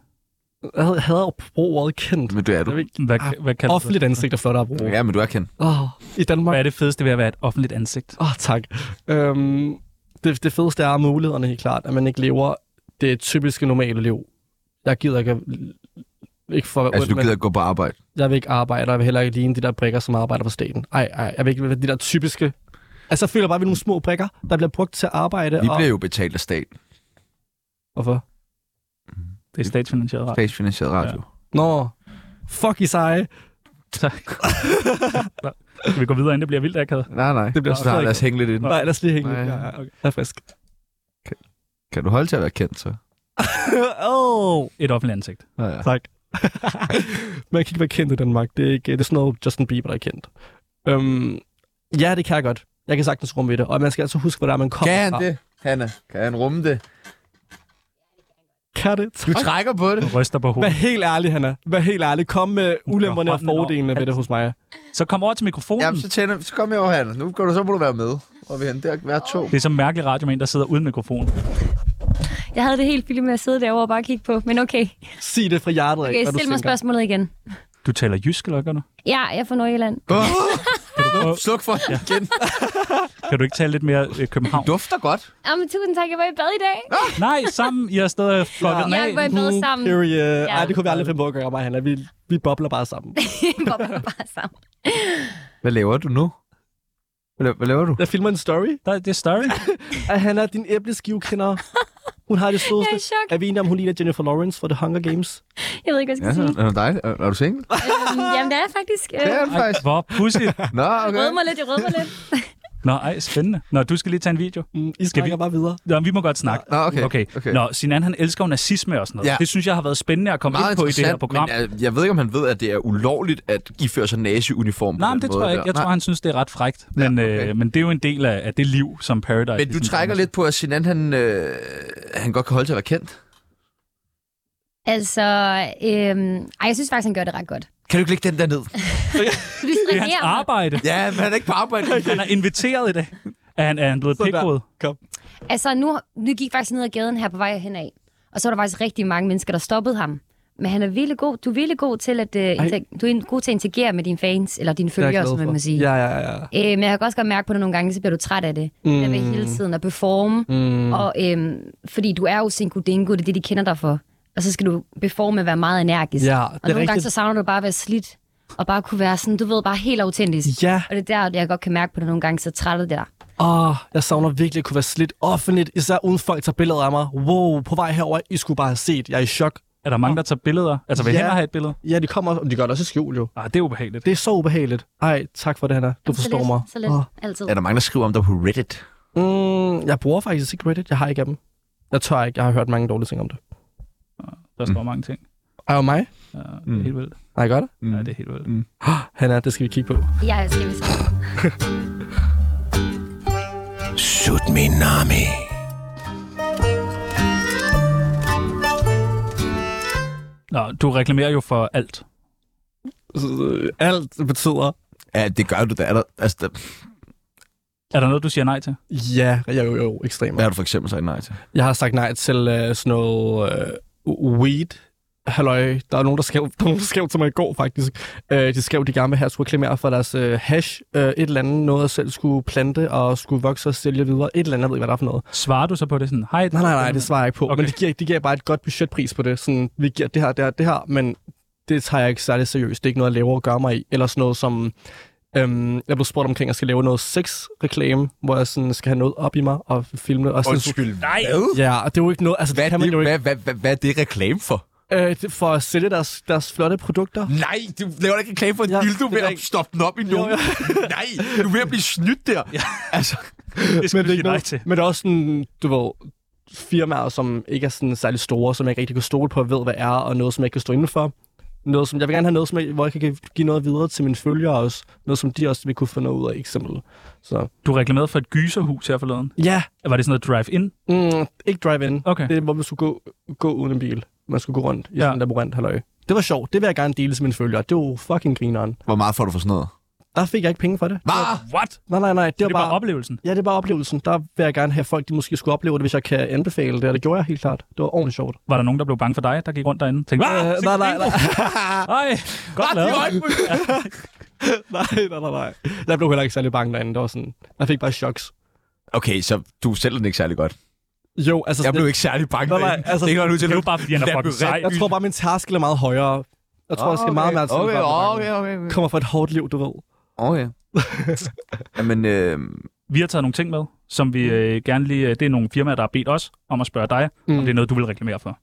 Jeg havde, havde jo brugt ordet kendt.
Men det er du.
Hvad, hvad, kan
Ah, Offentligt ansigt er flot at bruge.
Ja, men du er kendt. Altså,
Oh, I Danmark.
hvad er det fedeste ved at være et offentligt ansigt?
Åh, oh, tak. Øhm, det, det fedeste er mulighederne, helt klart. At man ikke lever det typiske normale liv. Jeg gider ikke... at- Ikke for, at være
Altså,
ond,
du gider ikke gå på arbejde.
men jeg vil ikke arbejde, og jeg vil heller ikke ligne de der brikker, som arbejder på staten. Ej, ej, jeg vil ikke være de der typiske... Altså, jeg føler bare, at vi er nogle små brikker, der bliver brugt til at arbejde.
Vi
og...
bliver jo betalt af staten.
Hvorfor?
Det er statsfinansieret radio.
Statsfinansieret radio.
Nå, fuck I seje.
Tak. Nå, Skal vi gå videre, inden det bliver vildt akavet?
Nej, nej. Det
bliver
bliver snart.
stadig-
Lad os hænge lidt i den.
Nej, lad os lige hænge lidt.
Nej.
Ja, ja, okay. Jeg er frisk.
Kan du holde til at være kendt, så?
oh,
Et offentligt ansigt.
Nå, ja.
tak. Man kan ikke være kendt i Danmark. Det er, ikke, det er sådan noget, Justin Bieber, der er kendt. Øhm, ja, det kan jeg godt. Jeg kan sagtens rumme ved det. Og man skal altså huske, hvor der man kommer
Kan han
fra.
det, Hanna? Kan han rumme det?
Kan det?
Du trækker på det.
Du ryster på
Vær
hovedet.
helt ærlig, Hanna. Vær helt ærlig. Kom med ulemperne og
hånden over
fordelene ved det hos mig.
Så kom over til mikrofonen.
Jamen, så, tænder, så kom jeg over, Hanna. Nu kan du, så må du være med. Og vi er der hver to.
Det er så mærkelig radio med en, der sidder uden mikrofon.
Jeg havde det helt fint med at sidde derovre og bare kigge på, men okay.
Sig det fra hjertet af,
Okay,
hvad du
stil mig
tænker.
spørgsmålet igen.
Du taler jysk, eller hvad gør du?
Ja, jeg er fra Nordjylland.
Kan du, prøve,
Sluk for den igen.
kan du ikke tale lidt mere øh, København?
Dufter godt.
Jamen, tusind tak, jeg var i bad i dag.
Nej, sammen. I er stadig fucket den
Jeg
af.
var i bad sammen.
Hmm, Mm, Period. Ej,
Ja.
det kunne vi aldrig finde på at gøre, mig og Hanna. Vi, vi bobler bare sammen.
Hvor vi var bare sammen.
Hvad laver du nu? Hvad laver, hvad laver du?
Jeg filmer en story
Der, det er større.
af Hanna, din æbleskivekinder. Hun har det
Jeg
sødeste.
er i chok.
Er vi enige om, hun ligner Jennifer Lawrence fra The Hunger Games?
Jeg ved ikke, hvad jeg
Ja,
skal sige.
er det dejligt. Er, er du single?
Øhm, Jamen, det er jeg faktisk. øh,
Det er du faktisk.
Hvor pudsigt.
Nå,
Jeg
okay.
rødmer lidt, jeg rødmer lidt.
Nå, ej, spændende. Nå, du skal lige tage en video.
Mm, I snakker
vi-
bare videre.
Nå, vi må godt snakke.
Nå, okay.
Okay. okay. Nå, Sinan, han elsker jo nazisme og sådan noget. Ja.
Ja.
Det synes jeg har været spændende at komme
Meget
ind på i det her
interessant,
program. Men,
Men, øh, jeg ved ikke, om han ved, at det er ulovligt at iføre sig nazi-uniform. på
Nej, men
den
det
måde
tror jeg
der.
ikke. Jeg tror,
Nej.
han synes, det er ret frægt. Men, ja,
okay.
øh, men det er jo en del af, af det liv, som Paradise...
Men du
ligesom
trækker
kommer
lidt på, at Sinan, han, øh, han godt kan holde til at være kendt.
Altså, øhm, ej, jeg synes faktisk, han gør det ret godt.
Kan du ikke lægge den der ned?
Du
til. Det er hans
distraherer mig.
arbejde.
Ja, men han er ikke på arbejde.
Han er inviteret i dag. Er han, er han blevet
Sådan der.
pikhoved?
Kom.
Altså, nu, nu gik jeg faktisk ned ad gaden her på vej henad. Og så var der faktisk rigtig mange mennesker, der stoppede ham. Men han er virkelig god. Du er virkelig god til at, øh, inter- du er en- god til at interagere med dine fans, eller dine
Det er jeg
følgere,
glad
som man
for.
må sige.
Ja, ja, ja.
Øh, men jeg kan også godt mærke på det nogle gange, så bliver du træt af det. Mm. Jeg vil hele tiden at performe. Mm. Og, øh, fordi du er jo sinkudingo, det er det, de kender dig for. Og så skal du performe og være meget energisk.
Ja, det er
og nogle gange
rigtigt.
så savner du bare at være slidt. Og bare kunne være sådan, du ved, bare helt autentisk.
Ja.
Og det er der, jeg godt kan mærke på det nogle gange, så trættet det der.
Åh, oh, jeg savner virkelig at kunne være slidt offentligt, især uden folk tager billeder af mig. Wow, på vej herover, I skulle bare have set. Jeg er i chok.
Er der mange, der tager billeder? Altså, vil
Ja.
ja. have et billede?
Ja, de kommer, og de gør det også i skjul jo.
Ah, det er ubehageligt.
Det er så ubehageligt. Ej, tak for det, Hanna. Du
Så
forstår
lidt,
mig.
Så lidt,
Åh.
oh. altid.
Er der mange, der skriver om dig på Reddit?
Mm, jeg bruger faktisk ikke Reddit. Jeg har ikke af dem. Jeg tør ikke. Jeg har hørt mange dårlige ting om det.
Der står
Mm.
mange ting.
Ej, og mig?
Ja, det er helt vildt.
Nej, gør det.
Mm. Ja, det er helt vildt. Mm.
Hanna, det skal vi kigge på.
Jeg skal vise.
Sut min nami.
Nå, du reklamerer jo for alt.
Så, Alt betyder...
Ja, det gør du da. Er der, altså, der,
Er der noget, du siger nej til?
Ja, jo, jo, jo ekstremt.
hvad har du for eksempel sagt nej til?
Jeg har sagt nej til uh, sådan noget uh, weed. Halløj, der er nogen, der skrev, der er nogen, der skrev til mig i går faktisk. Uh, de skrev, de gerne vil have, at jeg skulle reklamere for deres uh, hash. Uh, et eller andet, noget jeg selv skulle plante og skulle vokse og sælge videre. Et eller andet, jeg ved ikke, hvad der er for noget.
Svarer du så på det sådan, hej?
Nej, nej, nej, det svarer jeg ikke på. Okay.
Okay.
Men det giver, det giver bare et godt budgetpris på det. Sådan, vi giver det her, det her, det her, men det tager jeg ikke særlig seriøst. Det er ikke noget, jeg laver at gøre mig i. Eller sådan noget som... Øhm, jeg blev spurgt omkring, at jeg skal lave noget sex-reklame, hvor jeg sådan skal have noget op i mig og filme det. Og sådan,
Nej.
Ja, og det er jo ikke noget... Altså,
Hvad
det
er
kan man
det,
jo ikke.
hvad, hvad, hvad, hvad er det reklame for?
Øh, det- for at sælge deres, deres flotte produkter.
Nej, du laver da ikke reklame for en
Ja,
ja, dildo
det
ved
er
at
ikke-
stoppe den op i nogen. Nej, du er ved at blive snydt der. Ja. Altså,
det skal
men,
du sige
ikke
nej
noget-
til.
men der er også sådan, du ved, firmaer, som ikke er sådan særlig store, som jeg ikke rigtig kan stole på og ved, hvad er, og noget, som jeg ikke kan stå indenfor. Noget, som, jeg vil gerne have noget, som jeg, hvor jeg kan give noget videre til mine følgere også. Noget, som de også vil kunne få noget ud af, eksempel. Så,
Du reklamerede for et gyserhus her forleden.
ja,
Var det sådan noget drive-in?
mm, ikke drive-in.
Okay.
Det er, hvor man skulle gå, gå uden en bil. Man skulle gå rundt i ja.
Ja.
sådan en labyrint, halløj. Det var sjovt. Det vil jeg gerne dele til mine følgere. Det var fucking grineren.
hvor meget får du for sådan noget?
Der fik jeg ikke penge for det.
Hvad?
What?
Nej, nej, nej. Det,
Det
var
var bare oplevelsen.
Ja, det er bare oplevelsen. Der vil jeg gerne have folk, de måske skulle opleve det, hvis jeg kan anbefale det, og det gjorde jeg helt klart. Det var ordentligt sjovt.
Var der nogen, der blev bange for dig, der gik rundt derinde? Tænkte,
Øh,
øh,
nej, nej, nej.
Ej, godt lavet.
nej, nej, nej, nej. Jeg blev heller ikke særlig bange derinde. Det var sådan, jeg fik bare choks.
Okay, så du sælger den ikke særlig godt.
Jo, altså...
Jeg
sådan
blev
lidt-
ikke særlig bange.
Nej, nej,
derinde.
altså-
det er ikke noget, du
Det er
til
jo bare, fordi han er fucking sej.
Jeg tror bare, min tærskel er meget højere. Jeg tror, jeg skal meget mere til.
okay,
at bare-
okay, okay, okay.
Kommer fra et hårdt liv, du ved.
Okay. Jamen, øh,
Vi har taget nogle ting med, som vi øh, gerne lige... Det er nogle firmaer, der har bedt os om at spørge dig, mm. om det er noget, du vil reklamere for.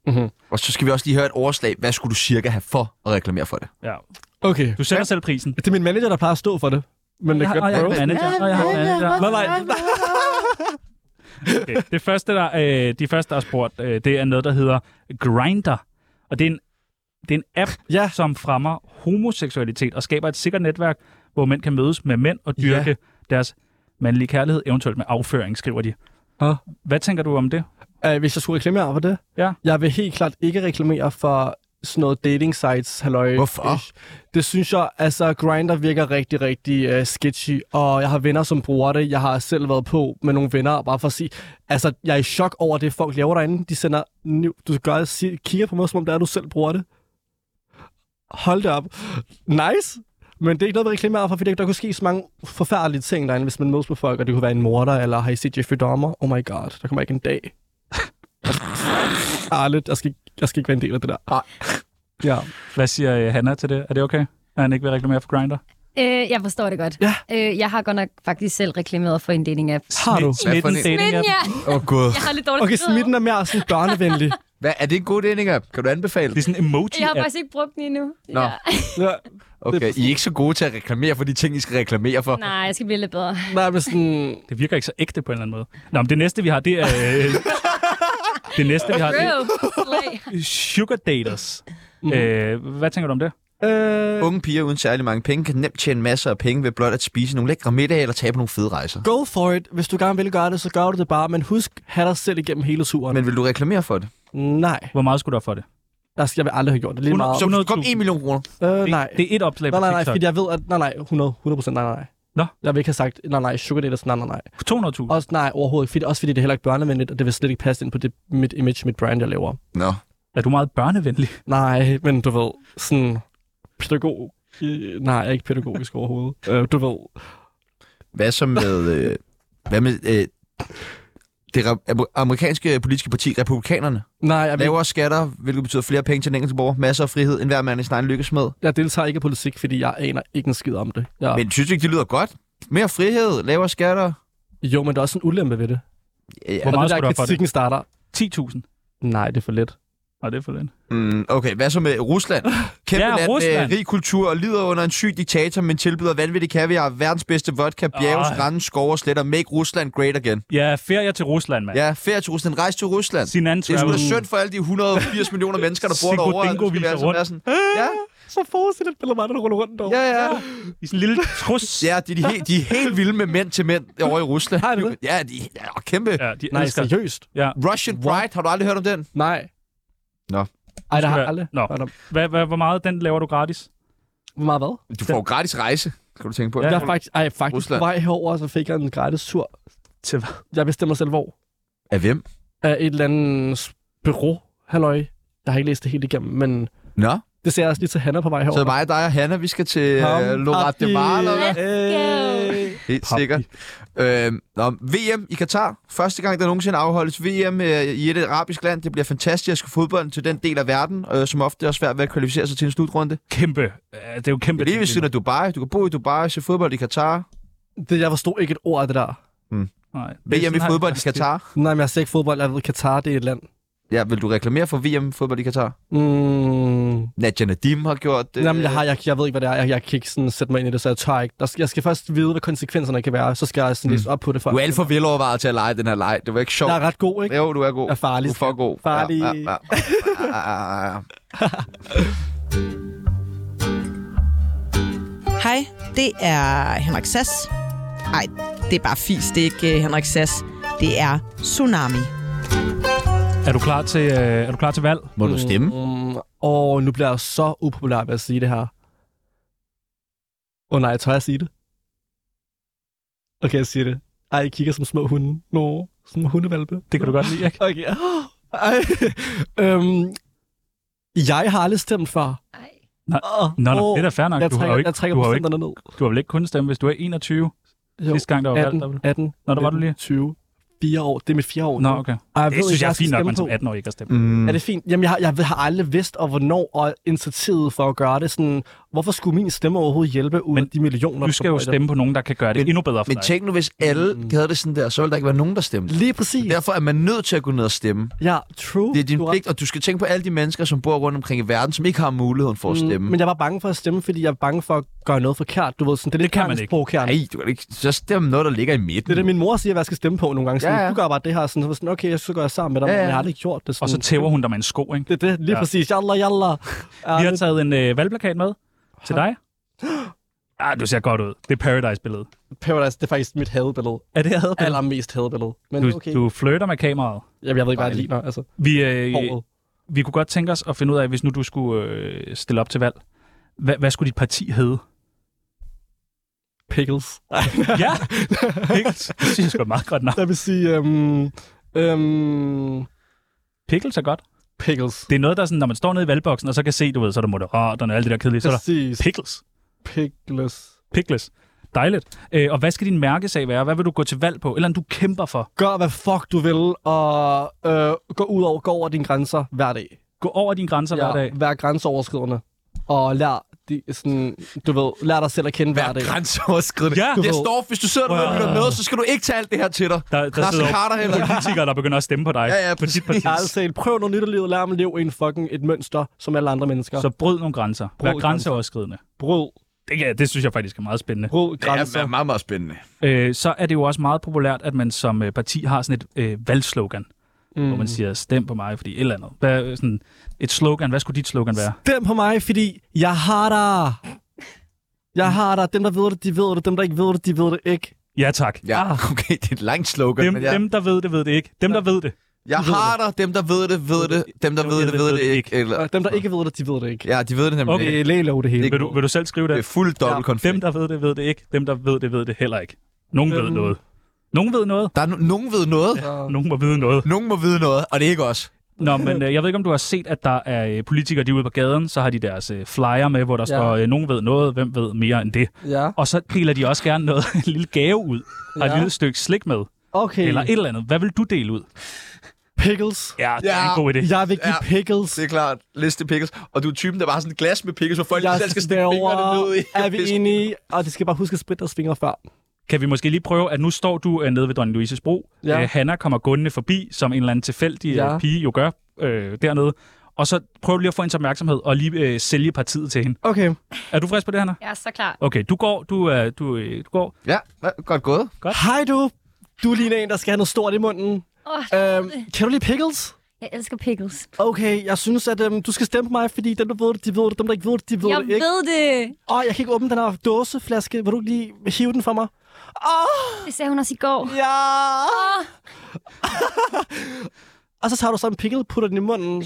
og så skal vi også lige høre et overslag. Hvad skulle du cirka have for at reklamere for det?
Ja.
Okay.
Du sætter selv prisen.
Det er min manager, der plejer at stå for det. Men det
Jeg
kan
har,
godt
og jeg har
prøve.
en manager, og jeg har en manager.
Nej, nej.
Okay. Det første, der, øh, de første, der har spurgt, øh, det er noget, der hedder Grinder. Og det er en, det er en app,
Ja.
ja. som fremmer homoseksualitet og skaber et sikkert netværk, hvor mænd kan mødes med mænd og dyrke
Ja.
ja. deres mandlige kærlighed, eventuelt med afføring, skriver de.
Huh?
Hvad tænker du om det?
Øh, hvis jeg skulle reklamere for det?
Ja.
Jeg vil helt klart ikke reklamere for sådan noget dating sites, halløj.
Hvorfor?
Ish. Det synes jeg, altså Grindr virker rigtig, rigtig uh, sketchy, og jeg har venner, som bruger det. Jeg har selv været på med nogle venner, bare for at sige, altså jeg er i chok over det, folk laver derinde. De sender, nu- du gør, sig- kigger på mig, som om det er, du selv bruger det. Hold det op. Nice. Men det er ikke noget, vi reklamerer for, fordi der kunne ske så mange forfærdelige ting derinde, hvis man mødes med folk, og det kunne være en morder, eller har I set Jeffrey Dahmer? Oh my god, der kommer ikke en dag, ærligt. Jeg skal, ikke- jeg skal ikke være en del af det der. Nej. Ja.
Hvad siger øh, Hanna til det? Er det okay, at han ikke vil reklamere for Grinder?
Øh, jeg forstår det godt.
Ja.
Øh, jeg har godt nok faktisk selv reklameret for en dating-app.
Har du?
Hvad for en-
Smitten dating
Men
app.
ja,
Åh, oh, gud.
jeg har lidt dårligt
Okay,
samvittighed.
smitten er mere sådan børnevenlig.
Hvad, er det en god dating app? Kan du anbefale?
Det er sådan en emoji
Jeg har
app.
faktisk ikke brugt den endnu.
Nå.
Ja.
ja.
Okay, I er ikke så gode til at reklamere for de ting, I skal reklamere for.
Nej, jeg skal blive lidt bedre.
Nej, men sådan...
Det virker ikke så ægte på en eller anden måde. Nå, men det næste, vi har, det er... Øh, det næste, vi har, det
Bro, slay.
er Sugar Daters.
Mm.
Mm-hmm. Øh, hvad tænker du om det?
Øh,
Unge piger uden særlig mange penge kan nemt tjene masser af penge ved blot at spise nogle lækre middage eller tage på nogle fede rejser.
go for it. Hvis du gerne vil gøre det, så gør du det bare. Men husk, have dig selv igennem hele turen.
Men vil du reklamere for det?
Nej,
Hvor meget skulle du have for det?
der skal jeg vil aldrig have gjort det. Lige meget.
Så
100.000.
kom 1 million kroner.
Øh,
Det,
nej.
det er et opslag
Nej,
på
nej, nej,
TikTok.
fordi jeg ved, at... Nej, nej, 100, 100 procent, nej, nej, nej.
Nå.
Jeg vil ikke have sagt, nej, nej, sugar daters, nej, nej, nej.
200.000.
Også nej, overhovedet ikke. Fordi, også fordi det er heller ikke børnevenligt, og det vil slet ikke passe ind på det, mit image, mit brand, jeg laver.
Nå.
Er du meget børnevenlig?
Nej, men du ved, sådan pædagog... øh, Nej, ikke pædagogisk overhovedet. Øh, du ved,
Hvad så med... Øh, hvad med øh, det re- amerikanske politiske parti, republikanerne?
nej, jeg, vil,
Lavere skatter, hvilket betyder flere penge til den enkelte borger, masser af frihed, end hver mand i sin egen lykkes med.
jeg deltager ikke i politik, fordi jeg aner ikke en skid om det. Jeg,
Men synes du ikke, det lyder godt? Mere frihed, lavere skatter.
jo, men der er også en ulempe ved det.
Ja.
Hvor
Og
meget
det
skulle
der
du have for det?
kritikken starter.
10.000.
Nej, det er for let.
Og det er for lidt.
Mm, okay, hvad så med Rusland? Kæmpe
Ja,
land
Rusland.
med rig kultur og lider under en syg diktator, men tilbyder vanvittig kaviar, verdens bedste vodka, bjerge,
Ah.
strande, skove og sletter. Make Rusland great again.
Ja, ferie til Rusland, mand.
Ja, ferie til Rusland. Rejs til Rusland.
Sin anden
Det er sgu da
travel.
synd for alle de 180 millioner mennesker, der bor
Sigurd
derovre. at
Dingo
nu skal vi
viser
altså
rundt.
være sådan, Ja,
Så forestil dig et billede af mig, der ruller rundt derovre.
ja, ja.
I sådan en lille trus.
Ja, de, er de, helt, de er helt vilde med mænd til mænd over i Rusland.
Har de det?
Ja, de ja, og kæmpe.
ja de
Nej,
elsker.
seriøst.
Ja.
Russian Pride, har du aldrig hørt om den?
Nej.
Nå.
Ej, det har
Skal
jeg
vi-
aldrig.
Nå.
hørt om.
Hvad, hvad, hvor meget den laver du gratis?
Hvor meget hvad?
Du får jo gratis rejse, kan du tænke på.
Ja.
Jeg er faktisk, ej, faktisk på
Rusland.
vej herover, så fik jeg en gratis tur.
Til hvad?
Jeg bestemmer selv hvor.
Af hvem?
Af et eller andet bureau, halløj. Jeg har ikke læst det helt igennem, men
Nå,
det ser jeg også lige til Hanna på vej
så
herover.
mig, dig og Hanna, vi skal til øh, Lorat de Mar, eller hvad?
Øh,
Helt
Papi.
sikkert. Øh, nå, VM i Katar. Første gang, der nogensinde afholdes VM øh, i et arabisk land. Det bliver fantastisk fodbold til den del af verden, øh, som ofte er svært ved at kvalificere sig til en slutrunde.
Kæmpe. Øh, Det er jo
Det
kæmpe.
er lige ved siden af Dubai. Du kan bo i Dubai, se fodbold i Katar.
Det, jeg forstod ikke et ord af det der.
Nej, det er
VM
sådan
i
her-
fodbold i Katar.
Nej, men jeg ser ikke fodbold. Jeg ved, Katar, det er et land.
Ja, vil du reklamere for VM i fodbold i Katar?
Mm.
Nadia Nadim har gjort det.
Jamen, jeg, har, jeg, jeg ved ikke, hvad det er. Jeg, jeg kan ikke sådan sætte mig ind i det, så jeg tør ikke. Der skal, jeg skal først vide, hvad konsekvenserne kan være. Så skal jeg sådan læse op på det. For
Mm. Du er alt for velovervejet til at lege den her leg. Det var ikke sjovt.
Jeg er ret god, ikke?
Jo, du er god.
Jeg er farlig.
Du er for god.
Farlig.
Ja, ja, ja. Ja, ja, ja, ja.
Hej, det er Henrik Sass. Nej, det er bare fis, det er ikke øh, Henrik Sass. Det er Tsunami.
Er du klar til, øh, er du klar til valg?
Må du stemme?
Mm, og nu bliver jeg så upopulær ved at sige det her. Åh oh, nej, tør jeg sige det? Okay, jeg siger det. Ej, I kigger som små hunde. Nå, som hundevalpe.
Det kan du godt lide, ikke?
Okay. Ej. øhm, jeg har aldrig stemt før.
Ej.
Oh,
Nå, nå, det er da fair nok.
Jeg
Du har jo
trækker,
ikke-
jeg trækker
du har jo
procenterne ned.
Du har vel ikke kun stemme, hvis du er 21
Jo,
sidste gang, der var valg?
18,
Der...
18,
Nå, der var du lige.
20, 4 år. Det er mit 4 år.
Nå,
nu.
okay.
Ej, jeg
Det
ved
synes
ikke,
jeg
hvad
er fint
skal
nok, at
stemme
man som
på.
18 år ikke har stemt.
Mm.
Er det fint? Jamen, jeg har, jeg har aldrig vidst, og hvornår, og initiativet for at gøre det. Sådan, hvorfor skulle min stemme overhovedet hjælpe ud
Men
af de millioner?
Du
der
skal jo
bor i det?
stemme på nogen, der kan gøre det
Men-
endnu bedre for
Men
dig.
tænk nu, hvis
Mm.
alle havde det sådan der, så ville der ikke være nogen, der stemte.
Lige præcis.
Derfor er man nødt til at gå ned og stemme.
Ja, true.
Det er din
Du har-
pligt, og du skal tænke på alle de mennesker, som bor rundt omkring i verden, som ikke har muligheden for at stemme.
Mm, Men jeg var bange for at stemme, fordi jeg var bange for at gøre noget forkert. Du ved, sådan, det er lidt
kan man ikke.
provokerende.
Nej, du kan ikke. Så stem noget, der ligger i midten.
Det er det, min mor siger, hvad jeg skal stemme på nogle gange. Sådan,
Ja,
ja,
ja.
ja. Du gør bare det her. Sådan, så var jeg sådan, okay, så gør jeg sammen med dig,
Ja,
ja,
ja.
ja. men jeg har aldrig gjort det. Sådan.
Og så tæver hun dig med en sko, ikke?
Det er det, lige
Ja.
ja. præcis. Jalla, jalla.
Vi
Ja,
har taget en øh, valgplakat med til dig. Ah, du ser godt ud. Det er Paradise-billedet.
Paradise, det er faktisk mit hadebillede.
Er det havde
Allermest hadebillede. Men
du,
okay.
du flirter med kameraet.
Jamen, jeg ved ikke, hvad jeg ligner. Altså,
Vi, øh,
håret.
vi kunne godt tænke os at finde ud af, hvis nu du skulle øh, stille op til valg, hvad, hvad skulle dit parti hedde?
Pickles.
ja, Pickles. Det synes jeg sgu er et meget godt navn.
Jeg vil sige, øhm, øhm,
Pickles er godt.
pickles.
Det er noget, der er sådan, når man står nede i valgboksen, og så kan se, du ved, så er der moderaterne og alt det der kedelige, så er der
Præcis.
Pickles.
Pickles.
Pickles. Dejligt. Øh, og hvad skal din mærkesag være? Hvad vil du gå til valg på? Et Eller andet, du kæmper for?
Gør, hvad fuck du vil, og øh, gå ud over, gå over dine grænser hver dag.
Gå over dine grænser hver dag.
Vær grænseoverskridende. Og lær, de, sådan, du ved, lær dig selv at kende hver dag.
grænseoverskridende.
Ja.
jeg står, hvis du sidder derude og lytter med, så skal du ikke tage alt det her til dig.
Der, der
Rasmus Carter
sidder
heller
jo
ikke.
politikere, der begynder at stemme på dig.
Ja, ja,
på dit
præcis.
parti.
Jeg har altså sagt, prøv noget nyt af livet. Lær mig at leve en fucking et mønster, som alle andre mennesker.
Så bryd nogle grænser. Vær
grænser.
grænseoverskridende.
brød,
Det, kan, det synes jeg faktisk er meget spændende.
brød
Det
grænser.
er meget, meget spændende.
Øh, så er det jo også meget populært, at man som øh, parti har sådan et øh, valgslogan, mm. hvor man siger, stem på mig, fordi et eller andet. Hvad, øh, sådan et slogan, hvad skulle dit slogan være?
Stem på mig, fordi jeg har dig.
Mm.
Jeg har dig. Dem, der ved det, de ved det. Dem, der ikke ved det, de ved det ikke.
Ja tak. Ah,
Ja, okay, det er et langt slogan,
Dem,
men jeg,
dem, der ved det, ved det ikke. Dem, der ved det.
jeg har dig. Dem, der ved det, ved det. Dem, der ved det, ved det ikke. Eller,
Og Øh, dem, der ikke ved det, de ved det ikke.
ja, de ved det nemlig
Okay.
ikke.
Det er lægelov, det hele.
Vil du, vil du selv skrive
Det
det?
er fuld dobbelt
Dem,
konflikt.
der ved det, ved det ikke. Dem, der ved det, ved det heller ikke. Nogen ved
Øhm.
noget. Nogen ved noget.
Der er no- nogen ved noget.
Nogen må vide noget.
Nogen må vide noget, og det er ikke os.
Nå, men øh, jeg ved ikke, om du har set, at der er øh, politikere, de er ude på gaden, så har de deres øh, flyer med, hvor der
Ja.
står, øh, nogen ved noget, hvem ved mere end det.
Ja.
Og så deler de også gerne noget, en lille gave ud, og et
Ja.
lille stykke slik med.
Okay.
Eller et eller andet. Hvad vil du dele ud?
Pickles.
Ja, det er en god idé.
Jeg vil give pickles.
Det er klart. Liste pickles. Og du er typen, der bare har sådan et glas med pickles, hvor folk
Jeg
selv skal stikke fingrene ned i.
er vi enige? Og de skal bare huske at spritte deres fingre før.
Kan vi måske lige prøve, at nu står du øh, nede ved Dronning Louises Bro.
Ja.
Ja. Øh, Hanna kommer gående forbi, som en eller anden tilfældig ja.
Ja.
øh, pige jo gør øh, dernede. Og så prøv lige at få hendes opmærksomhed og lige øh, sælge partiet til hende.
Okay.
Er du frisk på det, Hanna?
Jeg er så klar.
Okay, du går. Du, øh, du, øh, du går.
Ja, godt gået.
Hej du. Du ligner en, der skal have noget stort i munden.
Åh,
Øhm, kan du lide pickles?
jeg elsker pickles.
Okay, jeg synes, at øhm, du skal stemme på mig, fordi dem, der ved det, de ved det. Dem, der ikke ved det, de ved
Jeg
det ikke.
ved det.
Åh, jeg kan ikke åbne den her dåseflaske. Vil du ikke lige hive den fra mig?
Det sagde hun også i går.
Ja! og så tager du så en pickle, putter den i munden.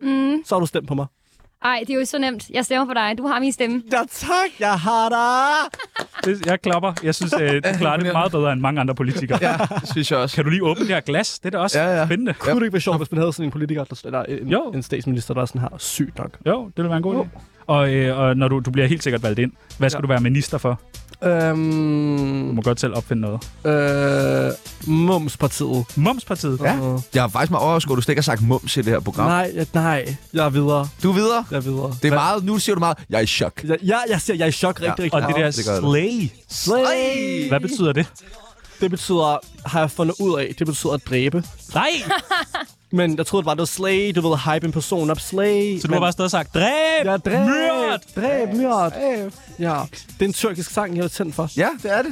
Mm. Så har du stemt på mig.
Ej, det er jo så nemt. Jeg stemmer på dig. Du har min stemme.
Ja, tak. Jeg har dig.
Det, jeg klapper. Jeg synes, øh, du klarer det meget bedre end mange andre politikere. Ja.
Det synes jeg også.
Kan du lige åbne det her glas? Det er da også
Ja,
ja,
ja.
ja. spændende.
Kunne det ikke være sjovt, hvis man havde sådan en politiker, der, eller en,
Jo.
en statsminister, der var sådan her sygt nok?
Jo, det vil være en god idé. Og, øh, og når du, du bliver helt sikkert valgt ind, hvad skal ja.
Ja.
du være minister for? Du
Øhm,
må godt selv opfinde noget.
øh, Mumspartiet.
Momspartiet.
Ja. Jeg har faktisk meget overrasket, over, at du slet ikke har sagt mums i det her program.
Nej, ja, nej. Jeg er videre.
Du er videre.
Jeg er videre.
Det er meget, nu siger du meget, jeg er i chok.
Jeg, jeg, jeg siger, jeg er i chok rigtig,
Ja.
rigtig
Og det der
meget.
det gør det.
slay,
Slay!
hvad betyder det?
Det betyder, har jeg fundet ud af, det betyder at dræbe.
Nej!
Men jeg troede, det var noget slay, du ved, hype en person op, slay.
Så du har
Men-
bare stået og sagt, dræb!
Ja, dræb!
Myrd!
Dræb, myrd! Ja, det er en tyrkisk sang, jeg har tændt for.
Ja, det er det.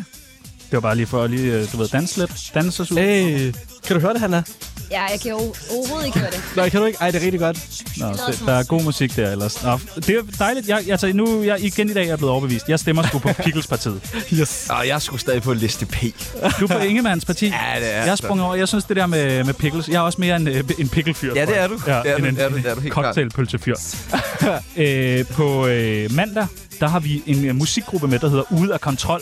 Det var bare lige for at lige, øh, du ved, danse lidt. Danse os ud.
Hey, kan du høre det, Hanna?
Ja, jeg kan jo overhovedet ikke høre det.
Nej, kan du ikke? Ej, det er rigtig godt.
Nå, det, der er god musik der ellers. Nå, f- det er dejligt. Jeg, altså, nu jeg, igen i dag er jeg blevet overbevist. Jeg stemmer sgu på Pickles-partiet.
Yes.
Og jeg skulle stadig på liste P.
Du er på Ingemanns parti.
Ja, det er
Jeg sprang over. Jeg synes, det der med, med pickles... Jeg er også mere en, øh, en pickelfyr.
Ja, det er
tror
du.
jeg.
Det er
end
du,
en,
det er du, det er du helt klart.
cocktailpølsefyr. øh, på øh, mandag, der har vi en øh, musikgruppe med, der hedder Ude af Kontrol.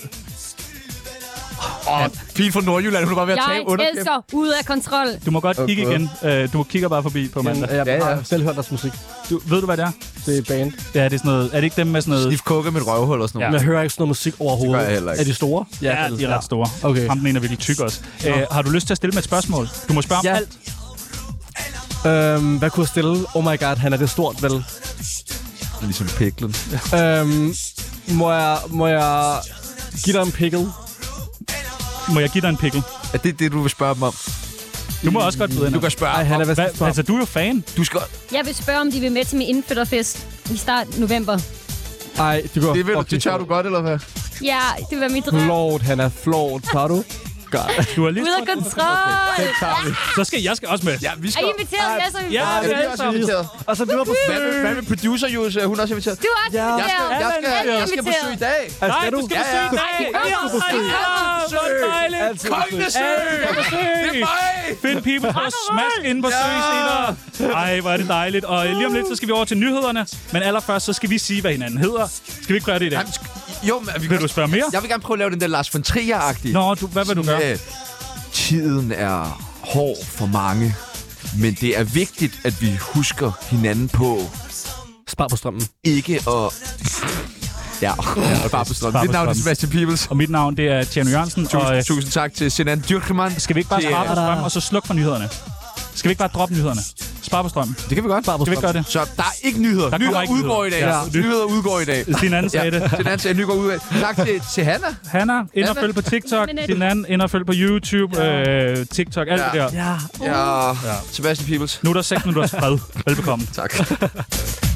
Åh, pige fra Nordjylland, hun er bare ved at
Jeg
tage under.
elsker ud af kontrol.
Du må godt kigge
Okay.
igen. Øh, du kigger bare forbi på mandag.
Jeg
Ja, ja.
har selv hørt deres musik.
Du, ved du, hvad det er?
Det er band.
Ja, det er, sådan noget, er det ikke dem med sådan noget...
Sniff kukke med et røvhul og sådan
Ja.
noget.
Jeg hører ikke sådan noget musik overhovedet.
Det gør jeg heller ikke.
Er de store?
Ja, de er ret store.
Okay.
Ham den ene er virkelig tyk også. Øh, har du lyst til at stille med et spørgsmål? Du må spørge om
Ja.
alt.
Øhm, hvad kunne jeg stille? Oh my god, han er det stort, vel?
Ja. Ligesom piklen.
Øhm, må jeg, må jeg give dig en pickle?
Må jeg give dig en pickle?
Er det det, du vil spørge dem om?
Du må også godt byde ind.
Du kan spørge
Ej, han er vist
Hva, altså, du er jo fan.
Du skal...
Jeg vil spørge, om de vil med til min indflytterfest i start november.
Ej, det går
Det, vil,
fucking
det tør du
godt.
godt, eller hvad?
Ja, det vil være mit drøm.
Flot, han er flot. Tager du? Godt.
Du er lige...
Ud af kontrol!
Så skal jeg skal også med.
Ja, vi
Er
skal...
I inviteret med, så vi
Ja,
Ja,
det
vi
er
er også
sammen.
inviteret.
Og så bliver på
Hvad med, hvad med producer, Jus? Er Hun er også inviteret.
Du er også
Ja.
inviteret.
Jeg skal, jeg skal,
Alle er
jeg skal på
inviteret.
sø i dag.
Altså,
Nej,
skal
du
du?
skal
Ja,
besøge
ja.
dig!
Ej, kom,
Ja,
kom på sø.
ja, hvor dejligt!
Altså,
Altid.
Kongesø!
Sø! Find people og smask ind på sø senere. Ej, hvor er det dejligt. Og øh, lige om lidt, så skal vi over til nyhederne. Men allerførst, så skal vi sige, hvad hinanden hedder. Skal vi ikke gøre det i dag?
Jamen, sk- Jo, men vi
Vil du spørge mere?
Jeg vil gerne prøve at lave den der Lars von Trier-agtige.
Nå, du, hvad vil du gøre?
Øh, tiden er hård for mange, men det er vigtigt, at vi husker hinanden på
Spar på strømmen.
ikke at... Ja, ja bare på strømmen. Mit navn er
strømmen.
Sebastian Peebles.
Og mit navn, det er Tjerno Jørgensen. Og, øh,
Tusind, tusind tak til Sinan Dyrkman.
Skal vi ikke bare
Det er-
spare på strømmen, og så slukke for nyhederne? Skal vi ikke bare droppe nyhederne? Spare på strømmen.
Det kan vi godt. Bare på
Skal vi ikke gøre det?
Så der er ikke nyheder.
Der kommer
nyheder
ikke
udgår i dag.
nyheder.
Ja.
Ja.
Nyheder udgår i dag.
Din anden sagde det.
Sinan til nyheder udgår i dag. Tak til, til Hanna.
Hanna, ind og
Hanna.
følg på TikTok.
Men er
Din anden, ind og følg på YouTube, øh, TikTok, alt det
Ja.
der.
Ja.
Ja, Sebastian Peebles.
Nu er der 6 minutters fred. Velbekomme.
Tak.